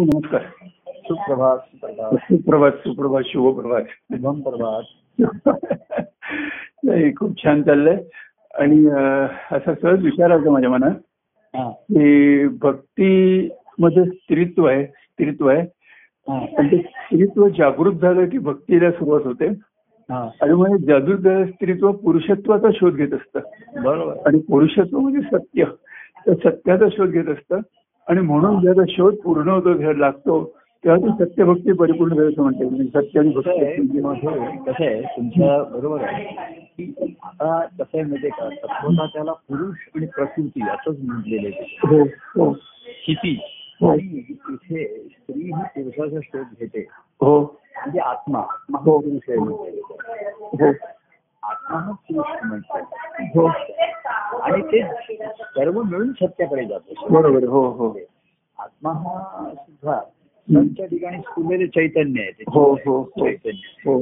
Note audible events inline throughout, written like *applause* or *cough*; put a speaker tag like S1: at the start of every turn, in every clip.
S1: हो, नमस्कार
S2: सुप्रभात सुप्रभात
S1: सुप्रभात सुप्रभात शुभप्रभात
S2: शुभम प्रभात
S1: नाही खूप छान चाललंय आणि अं, असा सहज विचार होता माझ्या मनात
S2: हा,
S1: की भक्ती मध्ये स्त्रीत्व आहे स्त्रीत्व आहे
S2: हा,
S1: पण ते स्त्रीत्व जागृत झालं की भक्तीला सुरुवात होते
S2: हा.
S1: आणि म्हणजे जागृत झालं स्त्रीत्व पुरुषत्वाचा शोध घेत असतं
S2: बरोबर
S1: आणि पुरुषत्व म्हणजे सत्य तर सत्याचा शोध घेत असतं आणि म्हणून ज्याचा शोध पूर्ण होतो घ्या- लागतो तेव्हा ती सत्यभक्ती परिपूर्ण झाली असं म्हणते म्हणजे सत्य आणि
S2: कसं आहे
S1: भक्ती
S2: मध्ये कसं आहे तुमच्या बरोबर आहे की आता कसं आहे म्हणजे का तत्वता त्याला पुरुष आणि प्रकृती असंच म्हटलेलं आहे
S1: हो हो
S2: स्थिती
S1: हो.
S2: आणि इथे स्त्री ही पुरुषाचा शोध घेते
S1: हो
S2: म्हणजे आत्मा आत्मा हा पुरुष आहे म्हणजे.
S1: हो
S2: आत्मा हा पुरुष म्हणतात
S1: हो
S2: आणि ते सर्व मिळून सत्याकडे जातो
S1: बरोबर हो हो
S2: आत्मा हा सुद्धा त्यांच्या ठिकाणी स्फुरलेले चैतन्य आहे ते.
S1: हो हो हो
S2: चैतन्य
S1: हो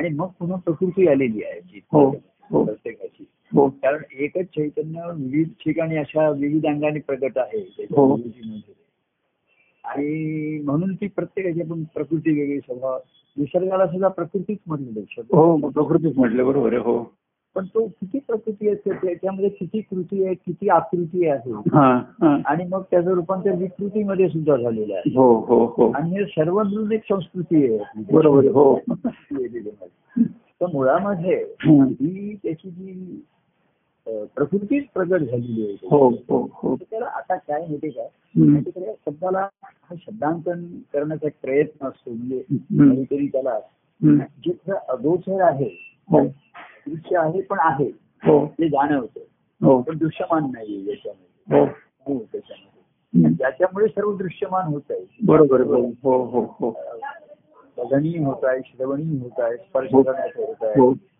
S2: आणि मग पुन्हा प्रकृती आलेली आहे जी
S1: हो, हो.
S2: प्रत्येकाची
S1: हो
S2: कारण एकच चैतन्य विविध ठिकाणी अशा विविध अंगाने प्रगट आहे त्याच्या
S1: हो.
S2: प्रकृतीमध्ये. आणि म्हणून ती प्रत्येकाची आपण प्रकृती वेगळी स्वभाव निसर्गाला सुद्धा प्रकृतीच म्हटलेलं आहे शब्द
S1: हो मग प्रकृतीच म्हटलं बरोबर आहे हो
S2: पण तो किती प्रकृती असते त्याच्यामध्ये किती कृती आहे किती आकृती आहे
S1: हा हा
S2: आणि मग त्याचं रूपांतर विकृतीमध्ये सुद्धा झालेलं आहे
S1: हो हो हो
S2: आणि हे सर्व मिळून एक संस्कृती आहे आपली.
S1: बरोबर आहे, हो
S2: वेगवेगळी आहे. तर मुळामध्ये
S1: हं.
S2: ही त्याची जी अ, प्रकृतीच प्रगट झालेली आहे
S1: हो हो हो
S2: तर त्याला आता काय माहिती का
S1: हं.
S2: त्याच्याकडे या शब्दाला हा शब्दांकन करण्याचा एक प्रयत्न असतो म्हणजे
S1: हं.
S2: काहीतरी त्याला
S1: हं.
S2: जे खरं अगोचर आहे
S1: हो
S2: दृश्य आहे पण आहे
S1: हो
S2: ते जाणवतं
S1: हो
S2: पण दृश्यमान नाही याच्यामध्ये
S1: हो
S2: हो, त्याच्यामध्ये
S1: हं.
S2: ज्याच्यामुळे सर्व दृश्यमान होत आहे
S1: बरोबर आहे, हो हो हो हो
S2: बघणीय होत आहे श्रवणीय होत आहे स्पर्श
S1: हो.
S2: करण्याचं होत
S1: हो
S2: आहे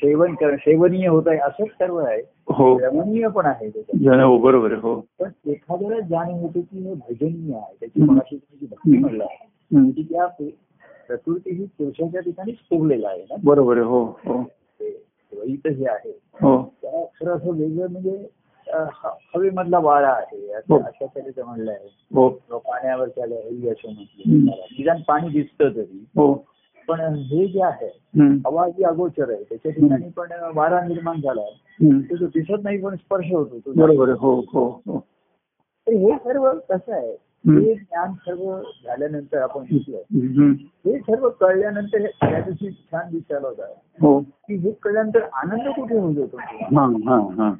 S2: सेवन कर सेवनीय होत आहे असंच सर्व आहे
S1: हो
S2: रमणीय पण आहे त्याच्यात
S1: जण हो बरोबर आहे, हो
S2: पण एखाद्याला जाणीव होते की हे भजनीय आहे त्याची
S1: हम्म.
S2: मनाशी जी भक्ती
S1: हम्म.
S2: म्हणला
S1: हं.
S2: की त्या पु- प्रकृती ही पुरुषाच्या ठिकाणी स्फुरलेला आहे ना
S1: बरोबर आहे, हो हो
S2: ते द्वैत हे आहे
S1: हो
S2: त्याला खरं असं वेगळं म्हणजे अं, ह- हवेमधला वारा आहे
S1: हो.
S2: असं अशा तऱ्हेचं म्हणलं आहे
S1: हो
S2: किंवा पाण्यावर त्याला हवी असं म्हटलं
S1: हम्म.
S2: त्याला. निदान पाणी दिसतं तरी
S1: हो
S2: पण हे जे आहे
S1: हं.
S2: हवा जी अगोचर आहे त्याच्या ठिकाणी पण वारा निर्माण झाला
S1: हं.
S2: तो दिसत नाही पण स्पर्श होतो तो
S1: बरोबर आहे, हो हो हो
S2: तर हे सर्व कसं आहे
S1: हं.
S2: हे ज्ञान सर्व झाल्यानंतर आपण शिकलो
S1: हं.
S2: हे सर्व कळल्यानंतर हे- त्या दिवशी छान विचारला होता
S1: हो
S2: की हे कळल्यानंतर आनंद कुठे होऊ देतो तुम्हाला?
S1: हा हा हा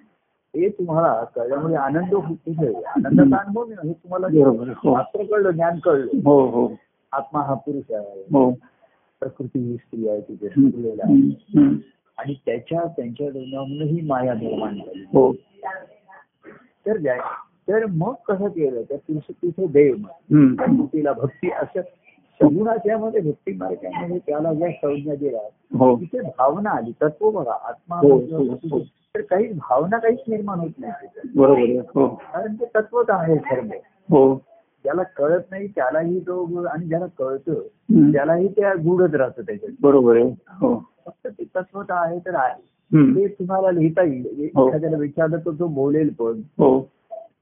S2: हे तुम्हाला कळल्यामुळे आनंद हो- कुठे आहे? आनंदाचा अनुभव मिळणं हे तुम्हाला
S1: बरोबर आहे, हो
S2: शास्त्र कळलं ज्ञान कळलं
S1: हो हो
S2: आत्मा हा पुरुष आहे
S1: हो
S2: प्रकृती ही स्त्री आहे तिथे
S1: हं.
S2: सुरलेला आहे
S1: हं. हं.
S2: आणि त्याच्या त्यांच्या दोनामधून ही माया निर्माण झाली
S1: हो
S2: तर ज्या- तर मग कसं केलं तर तिथे तिथे देव
S1: हं.
S2: तिला भक्ती असं सगुणाच्यामध्ये भक्ती मार्गामध्ये त्याला ज्या संज्ञा दिल्या
S1: हो
S2: तिथे भावना आली तत्व बघा आत्मा म्हणजे
S1: हो, हो, हो.
S2: तर काही भावना काहीच निर्माण होत नाही तिथे.
S1: बरोबर आहे, हो
S2: कारण ते तत्वच आहे सर्व
S1: हो
S2: ज्याला कळत नाही त्यालाही तो गुढ आणि ज्याला कळतं
S1: हं.
S2: त्यालाही त्या गुढच राहतं त्याच्यात
S1: बरोबर आहे हो
S2: फक्त ते तत्वत आहे तर आहे
S1: हं.
S2: ते तुम्हाला लिहिता येईल
S1: हो.
S2: एखाद्याला विचारलं तर तो बोलेल पण
S1: हो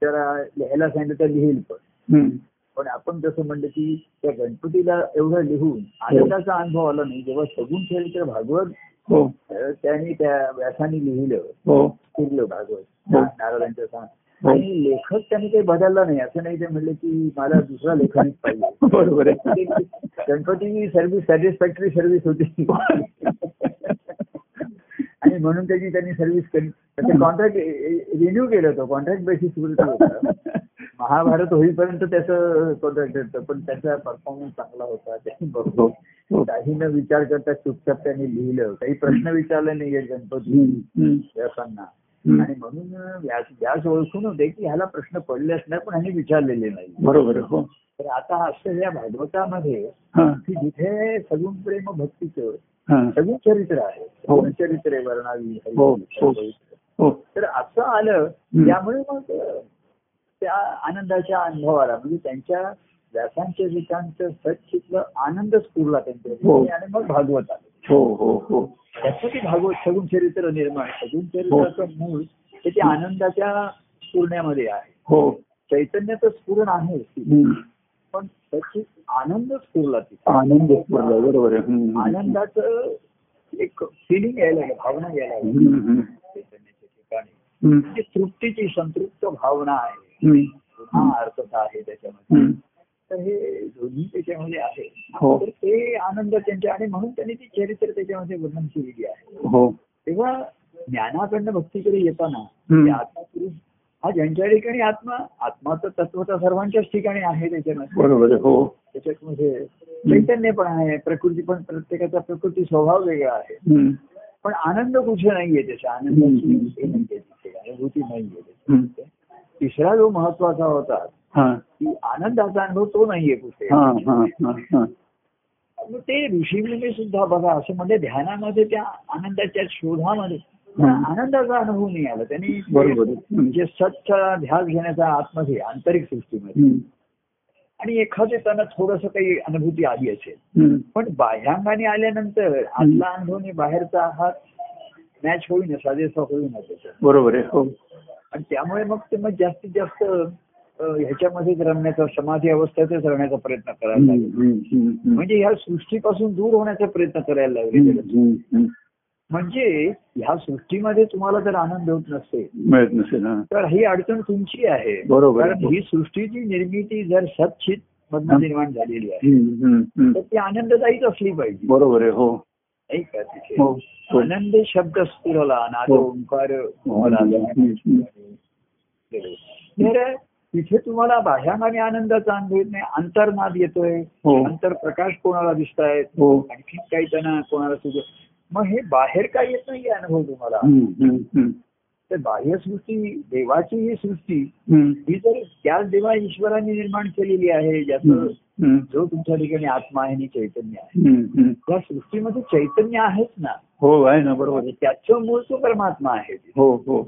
S2: त्याला लिहायला सांगितलं तर लिहिल पण
S1: हं.
S2: पण आपण जसं म्हणलं की त्या गणपतीला एवढं लिहून आनंदाचा अनुभव आला नाही जेव्हा सगून ठेवलं तर भागवत
S1: हो
S2: अं, त्याने त्या व्यासाने लिहिलं
S1: हो
S2: फिरलं भागवत
S1: हो.
S2: नारायणांचं सांग
S1: हो.
S2: आणि लेखक त्याने काही बदलला नाही असं नाही ते म्हणलं की मला दुसरा लेखनिक पाहिजे
S1: बरोबर आहे
S2: ते गणपती सर्व्हिस सॅटिस्फॅक्टरी सर्व्हिस
S1: *laughs*
S2: होती आणि म्हणून त्याची त्यांनी सर्व्हिस केली कॉन्ट्रॅक्ट रिन्यू केलं होतं कॉन्ट्रॅक्ट बेसिसवर होतं महाभारत होईपर्यंत त्याचं कॉन्ट्रॅक्ट होतं पण त्याचा परफॉर्मन्स चांगला होता त्यांनी
S1: हो
S2: बरोबर
S1: हो
S2: काही न विचार करता चुपचाप त्यांनी लिहिलं काही प्रश्न विचारले नाही गणपती
S1: हं. हं.
S2: व्यासांना
S1: हं.
S2: आणि म्हणून व्यास व्यास ओळखून होते की ह्याला प्रश्न पडले असणार पण ह्यांनी विचारलेले नाही
S1: बरोबर आहे, हो
S2: तर आता असं या भागवतामध्ये
S1: हा
S2: की जिथे सगुण प्रेम भक्तीचं
S1: हा
S2: सगुण चरित्र आहे
S1: हो.
S2: सगुण चरित्र आहे वर्णावी हरी,
S1: हो, हो.
S2: सर्ववित्र.
S1: हो
S2: तर असं आलं
S1: हं.
S2: त्यामुळे मग अं, त्या आनंदाच्या अनुभवाला म्हणजे त्यांच्या व्यासांच्या विकांचं सचितलं आनंदच पुरला त्यांच्या
S1: हो.
S2: ठिकाणी आणि मग भागवत आलं
S1: हो हो हो
S2: त्याचं ते भागवत सगुण चरित्र
S1: हो.
S2: निर्माण सगुण चरित्राचं मूळ हे ते आनंदाच्या पूर्ण्यामध्ये आहे
S1: हो
S2: चैतन्य तर स्फुरण आहे
S1: हम्म.
S2: पण त्याची आनंद स्फुरला तिथे
S1: आनंद स्फुरला, बरोबर आहे. हम्म, हम्म.
S2: आनंदाचं एक फिलिंग यायला लागलं, भावना यायला लागली
S1: हम्म, हम्म.
S2: चैतन्याच्या ठिकाणी
S1: हम्म.
S2: म्हणजे तृप्तीची संतृप्त भावना आहे
S1: हम्म.
S2: पुन्हा अर्थता आहे त्याच्यामध्ये
S1: हम्म.
S2: तर हे दोन्ही त्याच्यामध्ये आहे
S1: हो.
S2: तर ते आनंद त्यांच्या आणि म्हणून त्यांनी ती चरित्र त्याच्यामध्ये वर्णन केलेली आहे
S1: हो
S2: तेव्हा ज्ञानाकडनं भक्तीकडे येताना
S1: हम्म.
S2: ते आत्मपुरुष हा ज्यांच्या ठिकाणी आत्मा आत्माचं तत्व तर सर्वांच्याच ठिकाणी आहे त्याच्यामध्ये
S1: बरोबर आहे. हो
S2: त्याच्यामध्ये चैतन्य पण आहे प्रकृती पण प्रत्येकाचा प्रकृती स्वभाव वेगळा आहे
S1: हम्म.
S2: पण आनंद कुठे नाहीये त्याच्या आनंदाची हे नाहीये तिथे, अनुभूती नाहीये
S1: हम्म.
S2: त्याच्या. तिसरा जो महत्वाचा होता
S1: हा
S2: की आनंदाचा अनुभव तो नाहीये कुठे
S1: हा हा हा हा
S2: मग ते ऋषीमुनी सुद्धा बघा असं म्हणजे ध्यानामध्ये त्या आनंदाच्या शोधामध्ये
S1: हम्म.
S2: आनंदाचा अनुभव नाही आला त्यांनी
S1: बरोबर आहे. हम्म.
S2: म्हणजे सच्चा ध्यास घेण्याचा आतमध्ये आंतरिक सृष्टीमध्ये
S1: हम्म.
S2: आणि एखादे त्यांना थोडस काही अनुभूती आली असेल
S1: हम्म.
S2: पण बाह्यांगाने आल्यानंतर आतला अनुभव आणि बाहेरचा हा मॅच होईना साजेसा होईना त्याचा
S1: बरोबर आहे हो
S2: आणि त्यामुळे मग ते मग जास्तीत जास्त अ, ह्याच्यामध्येच रमण्याचा समाधी अवस्थेतच रमण्याचा प्रयत्न करायला
S1: हम्म,
S2: लागले
S1: हम्म, हम्म, हम्म.
S2: म्हणजे ह्या सृष्टीपासून दूर होण्याचा प्रयत्न करायला
S1: हम्म,
S2: लागले
S1: हम्म, हम्म.
S2: म्हणजे ह्या सृष्टीमध्ये तुम्हाला जर आनंद होत नसेल
S1: मिळत नसेल हा
S2: तर ही अडचण तुमची आहे
S1: बरोबर.
S2: कारण ही सृष्टीची निर्मिती जर सचित मधनं निर्माण झालेली आहे
S1: हम्म, हम्म,
S2: तर
S1: हम्म.
S2: ती आनंददायीच असली पाहिजे
S1: बरोबर आहे हो
S2: नाही का तिथे
S1: हो हो.
S2: आनंद शब्द स्फुरला नाद
S1: हो.
S2: ओंकार
S1: हम्म, हम्म.
S2: तर तिथे तुम्हाला बाह्यांगाने आनंदाचा अनुभव येत नाही अंतर्नाद येतोय
S1: हो.
S2: अंतर प्रकाश कोणाला दिसतायत
S1: हो
S2: आणखी काही त्यांना कोणाला सुद्धा मग हे बाहेर काय येत नाही अनुभव तुम्हाला
S1: हम्म, हम्म, हम्म.
S2: तर बाह्य सृष्टी देवाची ही सृष्टी
S1: हम्म,
S2: ही जर त्याच देवा ईश्वराने निर्माण केलेली आहे ज्याचं
S1: हम्म, हम्म.
S2: जो तुमच्या ठिकाणी आत्मा आहे आणि चैतन्य आहे
S1: हम्म, हम्म.
S2: त्या सृष्टीमध्ये चैतन्य आहेच ना
S1: हो आहे ना बरोबर आहे.
S2: त्याचं मूळ तो परमात्मा आहे
S1: हो हो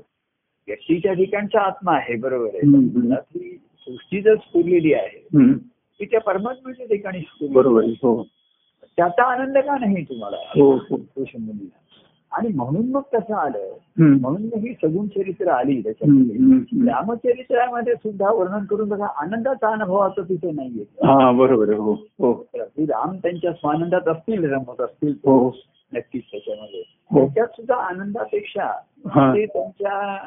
S2: व्यक्तीच्या ठिकाणचा आत्मा आहे बरोबर आहे
S1: हम्म, हम्म.
S2: ती सृष्टी जर स्फुरलेली आहे
S1: हम्म,
S2: ती त्या परमात्म्याच्या ठिकाणी स्फुरलेली
S1: बरोबर आहे. हो
S2: आहे. त्याचा आनंद का नाही तुम्हाला
S1: हो हो
S2: तो शंभरीला. आणि म्हणून मग कसं आलं
S1: हम्म,
S2: म्हणून मग ही सगुण चरित्र आली
S1: हम्म,
S2: त्याच्यामध्ये
S1: हम्म, हम्म.
S2: रामचरित्रामध्ये सुद्धा वर्णन करून बघा आनंदाचा अनुभव असं तिथे नाहीये
S1: हा बरोबर आहे. हो हो
S2: प्रभू राम त्यांच्या स्वानंदात असतील रमत असतील
S1: हो
S2: नक्कीच त्याच्यामध्ये
S1: हो.
S2: त्याच्यात सुद्धा आनंदापेक्षा
S1: हा
S2: ते त्यांच्या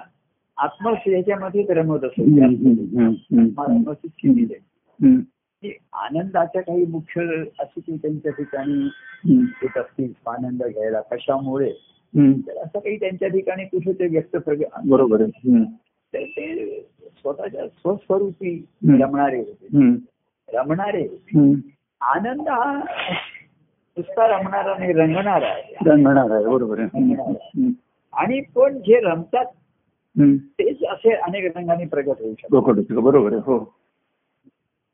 S2: आत्मस याच्यामध्येच रमत असेल
S1: हम्म, हम्म, हम्म, हम्म.
S2: आत्मरसित केलेली आहे.
S1: हम्म,
S2: की आनंदाच्या काही मुख्य अशी काही त्यांच्या ठिकाणी
S1: हम्म,
S2: येत असतील आनंद घ्यायला कशामुळे
S1: हम्म.
S2: तर असं काही त्यांच्या ठिकाणी कुठे ते व्यक्त प्रग-
S1: बरोबर आहे. हम्म,
S2: तर ते स्वतःच्या स्वस्वरूपी
S1: हम्म.
S2: रमणारे होते
S1: हम्म,
S2: रमणारे
S1: हम्म.
S2: आनंद हा नुसता रमणारा नाही रंगणारा आहे
S1: रंगणार आहे बरोबर आहे हम्म, हम्म,
S2: आणि पण जे रमतात
S1: हम्म.
S2: तेच असे अनेक रंगाने प्रगट होऊ शकतात
S1: गोकुळ होतं, बरोबर आहे हो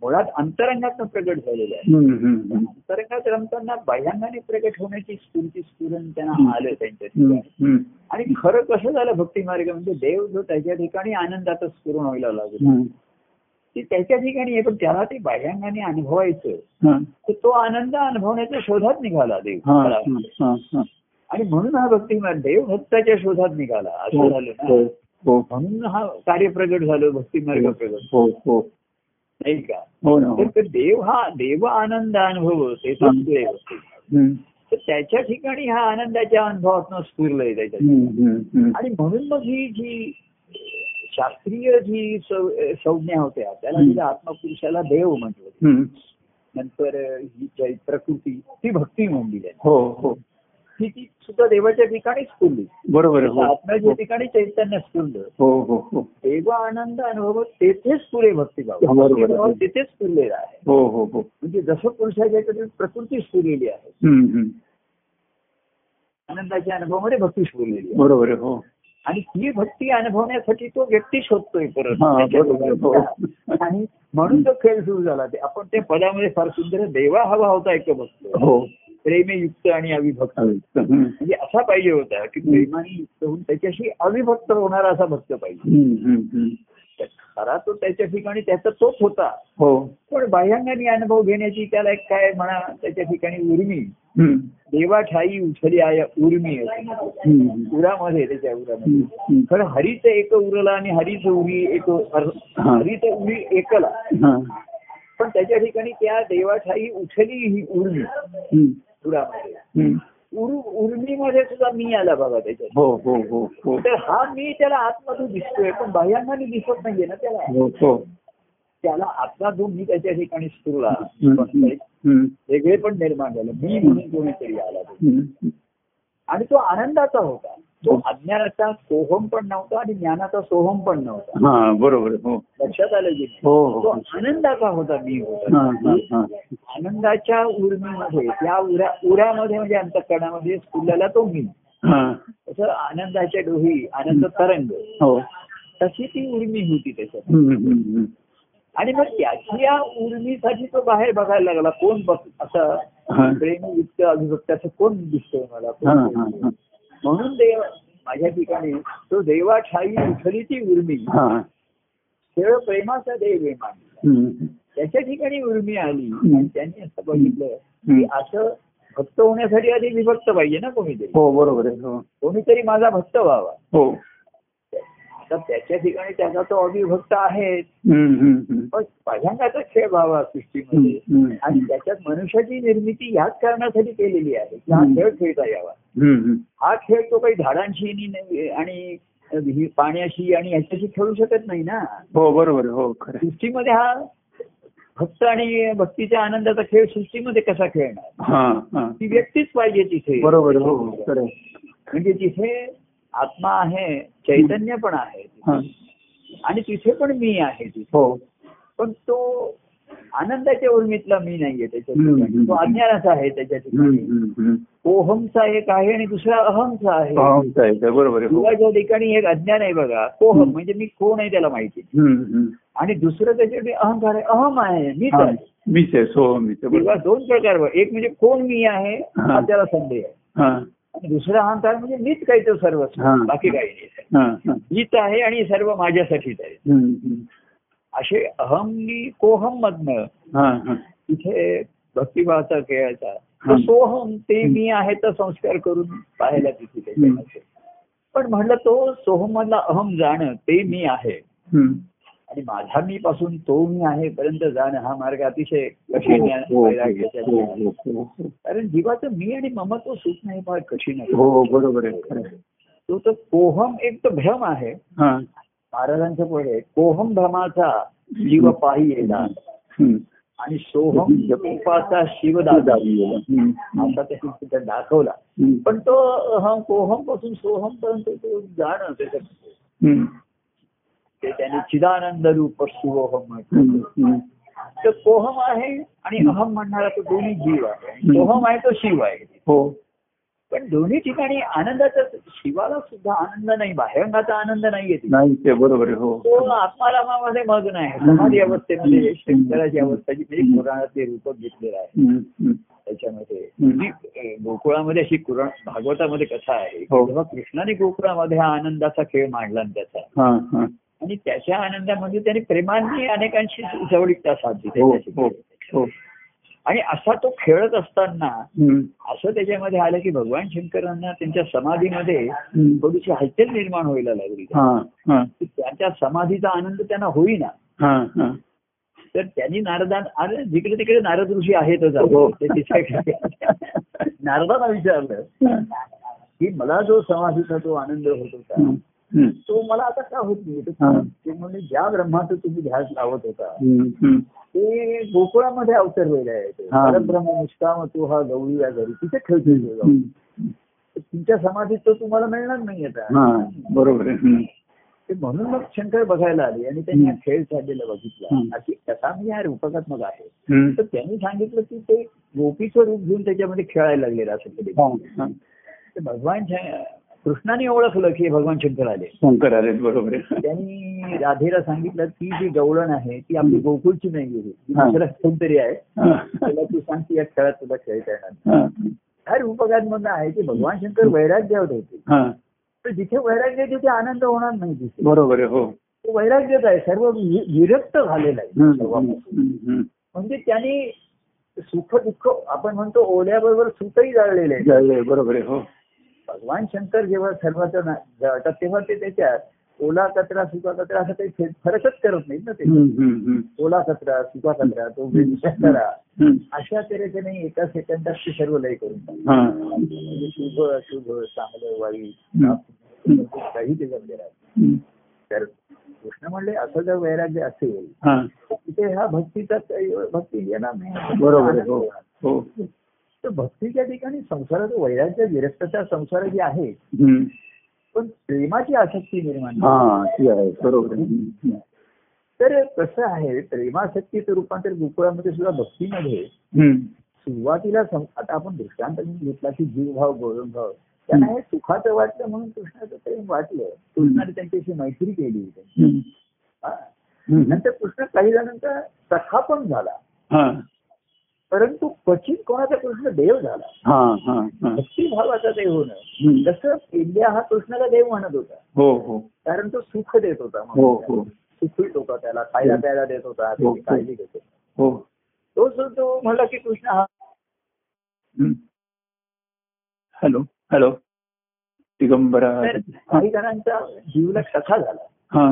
S2: मुळात अंतरंगात प्रगट झालेले आहे
S1: हम्म, हम्म, हम्म.
S2: अंतरंगात रमताना बाह्यांगाने प्रगट होण्याची स्फूर्ती स्फुरण
S1: हम्म.
S2: त्यांना आलं त्यांच्या
S1: हम्म,
S2: ठिकाणी
S1: हम्म,
S2: आणि खरं कसं झालं भक्ती मार्ग म्हणजे देव जो त्याच्या ठिकाणी आनंदाचा स्फुरण व्हायला लागला
S1: हम्म.
S2: ते त्याच्या ठिकाणी आहे पण त्याला ते बाह्यांगाने अनुभवायचं
S1: हा,
S2: तर तो आनंद अनुभवण्याच्या शोधात निघाला
S1: हा,
S2: देव
S1: हा, हा, हा.
S2: आणि म्हणून हा भक्ती मार्ग देव भक्ताच्या शोधात निघाला असं झालं
S1: हो
S2: ना
S1: हो
S2: म्हणून हा कार्य प्रगट झालं भक्ती मार्ग प्रगट
S1: हो हो
S2: नाही का
S1: हो ना हो
S2: तर ते देव हा देव आनंद अनुभव ते सांगतोय
S1: हम्म,
S2: तर त्याच्या ठिकाणी हा आनंदाच्या अनुभवातनं स्फुरलंय त्याच्यात
S1: हम्म, हम्म, हम्म.
S2: आणि म्हणून मग ही जी शास्त्रीय जी सौ- संज्ञा होत्या त्याला
S1: हम्म.
S2: तिला आत्मपुरुषाला देव म्हणलं
S1: हम्म.
S2: नंतर ही जी प्रकृती ती भक्ती म्हणली आहे
S1: हो हो
S2: ती ती सुद्धा देवाच्या ठिकाणी स्फुरली
S1: बरोबर आहे हो
S2: आत्म्याच्या ठिकाणी चैतन्य स्फुरलं
S1: हो हो हो
S2: देव आनंद अनुभव तेथेच पुरे
S1: हा, बरोबर.
S2: भक्तीभाव तेथेच पुरलेला आहे
S1: हो हो हो
S2: म्हणजे जसं पुरुषाच्याकडे प्रकृती स्फुरलेली आहे
S1: हम्म, हम्म.
S2: आनंदाच्या अनुभवामध्ये भक्ती स्फुरलेली आहे
S1: बरोबर आहे हो
S2: आणि ती भक्ती अनुभवण्यासाठी तो व्यक्ती शोधतोय परत
S1: हा,
S2: त्याच्या
S1: बरोबर.
S2: ठिकाणी. आणि म्हणून तो खेळ सुरू झाला ते आपण त्या पदामध्ये फार सुंदर आहे. देवा हवा होता एक बघतो
S1: हो
S2: प्रेमयुक्त आणि अविभक्त
S1: हम्म,
S2: म्हणजे असा पाहिजे होता की प्रेमाने युक्त होऊन त्याच्याशी अविभक्त होणारा असा भक्त पाहिजे
S1: हम्म, हम्म, हम्म.
S2: तर खरा तो त्याच्या ठिकाणी त्याचा तोच होता
S1: हो
S2: पण बाह्यांनी अनुभव घेण्याची त्याला एक काय म्हणा त्याच्या ठिकाणी उर्मी
S1: हम्म,
S2: देवा ठाई उचली आय उर्मी
S1: हम्म, हम्म.
S2: उरामध्ये त्याच्या उरामध्ये
S1: हम्म, हम्म.
S2: खरं हरीच एक उरला आणि हरीच उरी एक अर-
S1: हा.
S2: हरीच उरी एकला
S1: हा.
S2: पण त्याच्या ठिकाणी त्या देवाठाई उचली ही उर्मी
S1: हम्म,
S2: उरामध्ये
S1: हम्म.
S2: उरु उर्मीमध्ये सुद्धा मी आला बाबा त्याच्यात
S1: हो हो हो हो
S2: तर हा मी त्याला आतमधून दिसतोय पण बाह्यांमध्ये दिसत नाहीये ना त्याला
S1: हो हो
S2: त्याला आतमधून मी त्याच्या ठिकाणी स्फुरला
S1: हम्म, हम्म, हम्म,
S2: वेगळे पण निर्माण झालं मी म्हणून कोणीतरी आला तो.
S1: हम्म.
S2: आणि तो आनंदाचा होता तो
S1: हो.
S2: अज्ञानाचा सोहम पण नव्हता आणि ज्ञानाचा सोहम पण नव्हता
S1: हा बरोबर आहे. हो
S2: लक्षात आलं की नाही?
S1: हो
S2: तो
S1: हो
S2: आनंदाचा होता मी
S1: हा, हा,
S2: होता
S1: हा.
S2: आनंदाच्या उर्मीमध्ये त्या उरा उरामध्ये म्हणजे अंतकरणामध्ये स्फुरलेला तो मी
S1: हा.
S2: तसं आनंदाच्या डोही आनंद तरंग
S1: हो
S2: तशी ती उर्मी होती त्याच्यात
S1: हम्म, हम्म, हम्म.
S2: आणि मग त्याची या उर्मीसाठी तो बाहेर बघायला लागला कोण बघ असं
S1: हा.
S2: प्रेम युक्त अभिभक्त असं कोण दिसतोय मला
S1: हा,
S2: कोण
S1: हा,
S2: दिसतोय?
S1: हा.
S2: म्हणून देव माझ्या ठिकाणी तो देवा ठाई उठली ती उर्मी
S1: हा.
S2: केवळ प्रेमाचा देव आहे माणूस.
S1: हम्म.
S2: त्याच्या ठिकाणी उर्मी आली
S1: हम्म.
S2: आणि त्यांनी असं बघितलं की असं भक्त होण्यासाठी आधी विभक्त पाहिजे ना कोणीतरी
S1: हो बरोबर आहे हो
S2: कोणीतरी माझा भक्त व्हावा
S1: हो
S2: आता त्याच्या ठिकाणी त्याचा तो अविभक्त आहे
S1: हम्म, हम्म, हम्म.
S2: पण पहिल्यांदाचा खेळ व्हावा सृष्टीमध्ये
S1: हम्म, हम्म.
S2: आणि त्याच्यात मनुष्याची निर्मिती याच कारणासाठी केलेली आहे की हा
S1: हम्म.
S2: खेळ खेळता यावा
S1: हम्म, हम्म.
S2: हा खेळ तो काही झाडांशी नि- नि- आणि विहि- पाण्याशी आणि याच्याशी खेळू शकत नाही ना
S1: हो बरोबर आहे. हो खरं आहे.
S2: सृष्टीमध्ये हा भक्त आणि भक्तीच्या आनंदाचा खेळ सृष्टीमध्ये कसा खेळणार
S1: हा हा
S2: ती व्यक्तीच पाहिजे तिथे
S1: बरोबर आहे. हो हो खरं आहे.
S2: म्हणजे तिथे आत्मा आहे चैतन्य पण आहे
S1: हा.
S2: आणि तिथे पण मी आहे तिथे
S1: हो
S2: पण तो आनंदाच्या उर्मीतला मी नाहीये त्याच्या
S1: हम्म,
S2: ठिकाणी. तो
S1: हम्म.
S2: अज्ञानाचा आहे त्याच्या
S1: हम्म,
S2: ठिकाणी
S1: हम्म, हम्म.
S2: कोहमचा एक आहे आणि दुसरा अहमचा आहे
S1: पाहून जायचं आहे. बरोबर आहे. हो
S2: जीवाच्या ठिकाणी एक अज्ञान आहे बघा कोहम
S1: हम्म.
S2: म्हणजे मी कोण आहे त्याला माहिती
S1: हम्म, हम्म.
S2: आणि दुसरं त्याच्याकडे अहंकार आहे अहम आहे मीच
S1: हा.
S2: आहे
S1: मीच आहे हो मीच आहे
S2: जीवा
S1: बरोबर
S2: दोन प्रकार बघ. एक म्हणजे कोण मी आहे
S1: हा.
S2: हा त्याला संदेह आहे
S1: हा
S2: आणि दुसरा अहंकार म्हणजे मीच काही तो सर्व
S1: हा.
S2: बाकी काही नाही
S1: हा हा
S2: मीच आहे आणि सर्व माझ्यासाठीच आहे
S1: हम्म, हम्म.
S2: असे अहमनी कोहम मधनं
S1: हा हा
S2: तिथे भक्तिभावाचा खेळायचा
S1: हा.
S2: तो सोहम ते मी आहे तर संस्कार करून पाहायला तिथे त्याच्यामध्ये. पण म्हणलं तो सोहम मधला अहम जाणं ते मी आहे
S1: हम्म.
S2: आणि माझा मी पासून तो मी आहे पर्यंत जाणं हा मार्ग अतिशय कठीण आहे.
S1: हो,
S2: वैराग्याच्या
S1: हो,
S2: ठिकाणी.
S1: हो, हो, हो.
S2: कारण जीवाचं मी आणि ममत्व सुख नाही फार कठीण आहे
S1: हो बरोबर आहे खरं आहे.
S2: तो तर कोहम एक तर भ्रम आहे
S1: हा
S2: महाराजांचं पण आहे कोहम भ्रमाचा जीव पायी येणार
S1: हम्म.
S2: आणि सोहम उपाचा शिवदादा
S1: हम्म, हम्म,
S2: असा त्याने सिद्धांत दाखवला
S1: हम्म.
S2: पण तो अहं कोहम पासून सोहम पर्यंत तो जाणं त्याचं
S1: हम्म,
S2: ते त्याने चिदानंद रूप सुहोहम म्हटलं.
S1: हम्म, हम्म.
S2: तर कोहम आहे आणि अहम म्हणणारा तो दोन्ही जीव आहे आणि सोहम आहे तो शिव आहे
S1: हो
S2: पण दोन्ही ठिकाणी आनंदाचा शिवाला सुद्धा आनंद नाही बाहेरंगाचा आनंद नाही येते
S1: नाही ते बरोबर आहे हो
S2: तो आत्मारामामध्ये मग्न आहे समाधी अवस्थेमध्ये शंकराची अवस्थाची म्हणजे पुराणातले रूपक घेतलेलं आहे
S1: हम्म, हम्म.
S2: त्याच्यामध्ये
S1: हम्म.
S2: जी गोकुळामध्ये अशी कुराण भागवतामध्ये कथा आहे
S1: हो.
S2: तेव्हा कृष्णाने गोकुळामध्ये हा आनंदाचा खेळ मांडला आणि त्याचा
S1: हा हा
S2: आणि त्याच्या आनंदामध्ये त्याने प्रेमाने अनेकांशी जवळीकता साधली
S1: हो
S2: त्याच्याशी.
S1: हो हो
S2: आणि असा तो खेळत असताना
S1: हम्म,
S2: असं त्याच्यामध्ये आलं की भगवान शंकरांना त्यांच्या समाधीमध्ये
S1: हम्म.
S2: थोडीशी हलचल निर्माण व्हायला लागली
S1: हा हा
S2: की त्यांच्या समाधीचा आनंद त्यांना होईना
S1: हा हा
S2: तर त्यांनी नारदान अरे जिकडे तिकडे नारद ऋषी आहेतच
S1: हो.
S2: आपण. ते तिथे- नारदांना विचारलं की मला जो समाधीचा जो आनंद होत होता
S1: हम्म, हम्म.
S2: तो मला आता का होत नाही
S1: हा.
S2: तर ते म्हणजे ज्या ब्रह्माचं तुम्ही ध्यास लावत होता
S1: हम्म, हम्म.
S2: ते गोकुळामध्ये अवसर व्हायला येते
S1: हा.
S2: परब्रह्म निष्काम तो हा गौरी या घरी तिथे खेळतो तो जाऊन.
S1: हम्म.
S2: तर तुमच्या समाधीत तो तुम्हाला मिळणार नाही
S1: हा
S2: आता
S1: बरोबर आहे हम्म,
S2: ते म्हणून मग शंकर बघायला आले आणि त्यांनी हा
S1: हम्म.
S2: खेळ चाललेला बघितला
S1: हम्म.
S2: अशी कथा मी या रूपकात्मक आहे तर
S1: हम्म.
S2: त्यांनी सांगितलं की ते गोपीचं रूप घेऊन त्याच्यामध्ये खेळायला लागलेलं असं कधी
S1: हा, हा.
S2: तर भगवान शं- कृष्णाने ओळखलं की हे भगवान शंकर आले
S1: शंकर आले बरोबर आहे
S2: त्यांनी राधेला सांगितलं ती जी गवळण आहे ती आपली
S1: हं.
S2: गोकुळची नाहीये ही
S1: हा.
S2: दुसरा कोणतरी आहे
S1: हा,
S2: त्याला तू सांग की या खेळात तुला खेळता येणार नाही.
S1: हा,
S2: हर उपघातमधनं आहे की भगवान शंकर वैराग्यावर होते
S1: हा.
S2: तर जिथे वैराग्य आहे तिथे आनंद होणार नाही तिथे
S1: बरोबर आहे हो
S2: तो वैराग्यच आहे सर्व वि- विरक्त झालेला आहे
S1: हम्म,
S2: सर्वांपासून.
S1: हम्म, हम्म.
S2: म्हणजे त्याने सुख दुःख आपण म्हणतो ओल्याबरोबर सुखही जाळलेले आहे
S1: जाळलंय, बरोबर आहे हो
S2: भगवान शंकर जेव्हा सर्वांचं ना- जाळतात तेव्हा ते त्याच्यात ओला कचरा सुका कचरा असं काही फे- फरकच करत नाही ना ते
S1: हम्म, हम्म, हम्म.
S2: ओला कचरा सुका कचरा तो विचार करा
S1: हम्म.
S2: अशा तऱ्हेने एका सेकंदात ते सर्व लय करून टाकतात.
S1: हा.
S2: म्हणजे शुभ अशुभ चांगलं वाईट म्हणजे
S1: हम्म. हम्म.
S2: काही त्याच्यामध्ये राहत नाही.
S1: हम्म.
S2: तर कृष्ण म्हणले असं जर वैराग्य असेल
S1: हा.
S2: तर तिथे हा भक्तीचा भक्ती येणार नाही
S1: बरोबर आहे हो हो
S2: तर भक्तीच्या ठिकाणी संसारात वैराग्य विरक्तता संसार जी आहे
S1: हम्म.
S2: पण प्रेमाची आसक्ती निर्माण
S1: हा
S2: झाली.
S1: ती आहे बरोबर आहे. हम्म.
S2: तर कसं आहे प्रेमासक्तीचं रूपांतर गोकुळामध्ये सुद्धा भक्तीमध्ये
S1: हम्म.
S2: सुरुवातीला सं- आता आपण दृष्टांत म्हणून घेतला की जीवभाव गोरमभाव त्यांना हे सुखाचं वाटलं म्हणून कृष्णाचं प्रेम वाटलं कृष्णाने त्यांच्याशी मैत्री केली
S1: हम्म.
S2: हा.
S1: हम्म.
S2: नंतर कृष्ण काही जणांचा सखा पण झाला
S1: हा
S2: परंतु क्वचित कोणाचा कृष्ण देव झाला
S1: हा हा हा.
S2: भक्तिभावाचा देव होणं
S1: हम्म.
S2: जसं इंडिया हा कृष्णाला देव म्हणत होता
S1: हो हो
S2: कारण तो सुख देत होता
S1: हो
S2: म्हणून.
S1: हो
S2: सुखीत होता त्याला खायला प्यायला देत होता
S1: हो.
S2: त्याची काळजी घेत होता
S1: हो
S2: तो सुद्धा म्हणला की कृष्ण हा
S1: हम्म. हॅलो हॅलो दिगंबरा
S2: तर
S1: हा
S2: काही जणांचा जीवला सखा झाला
S1: हा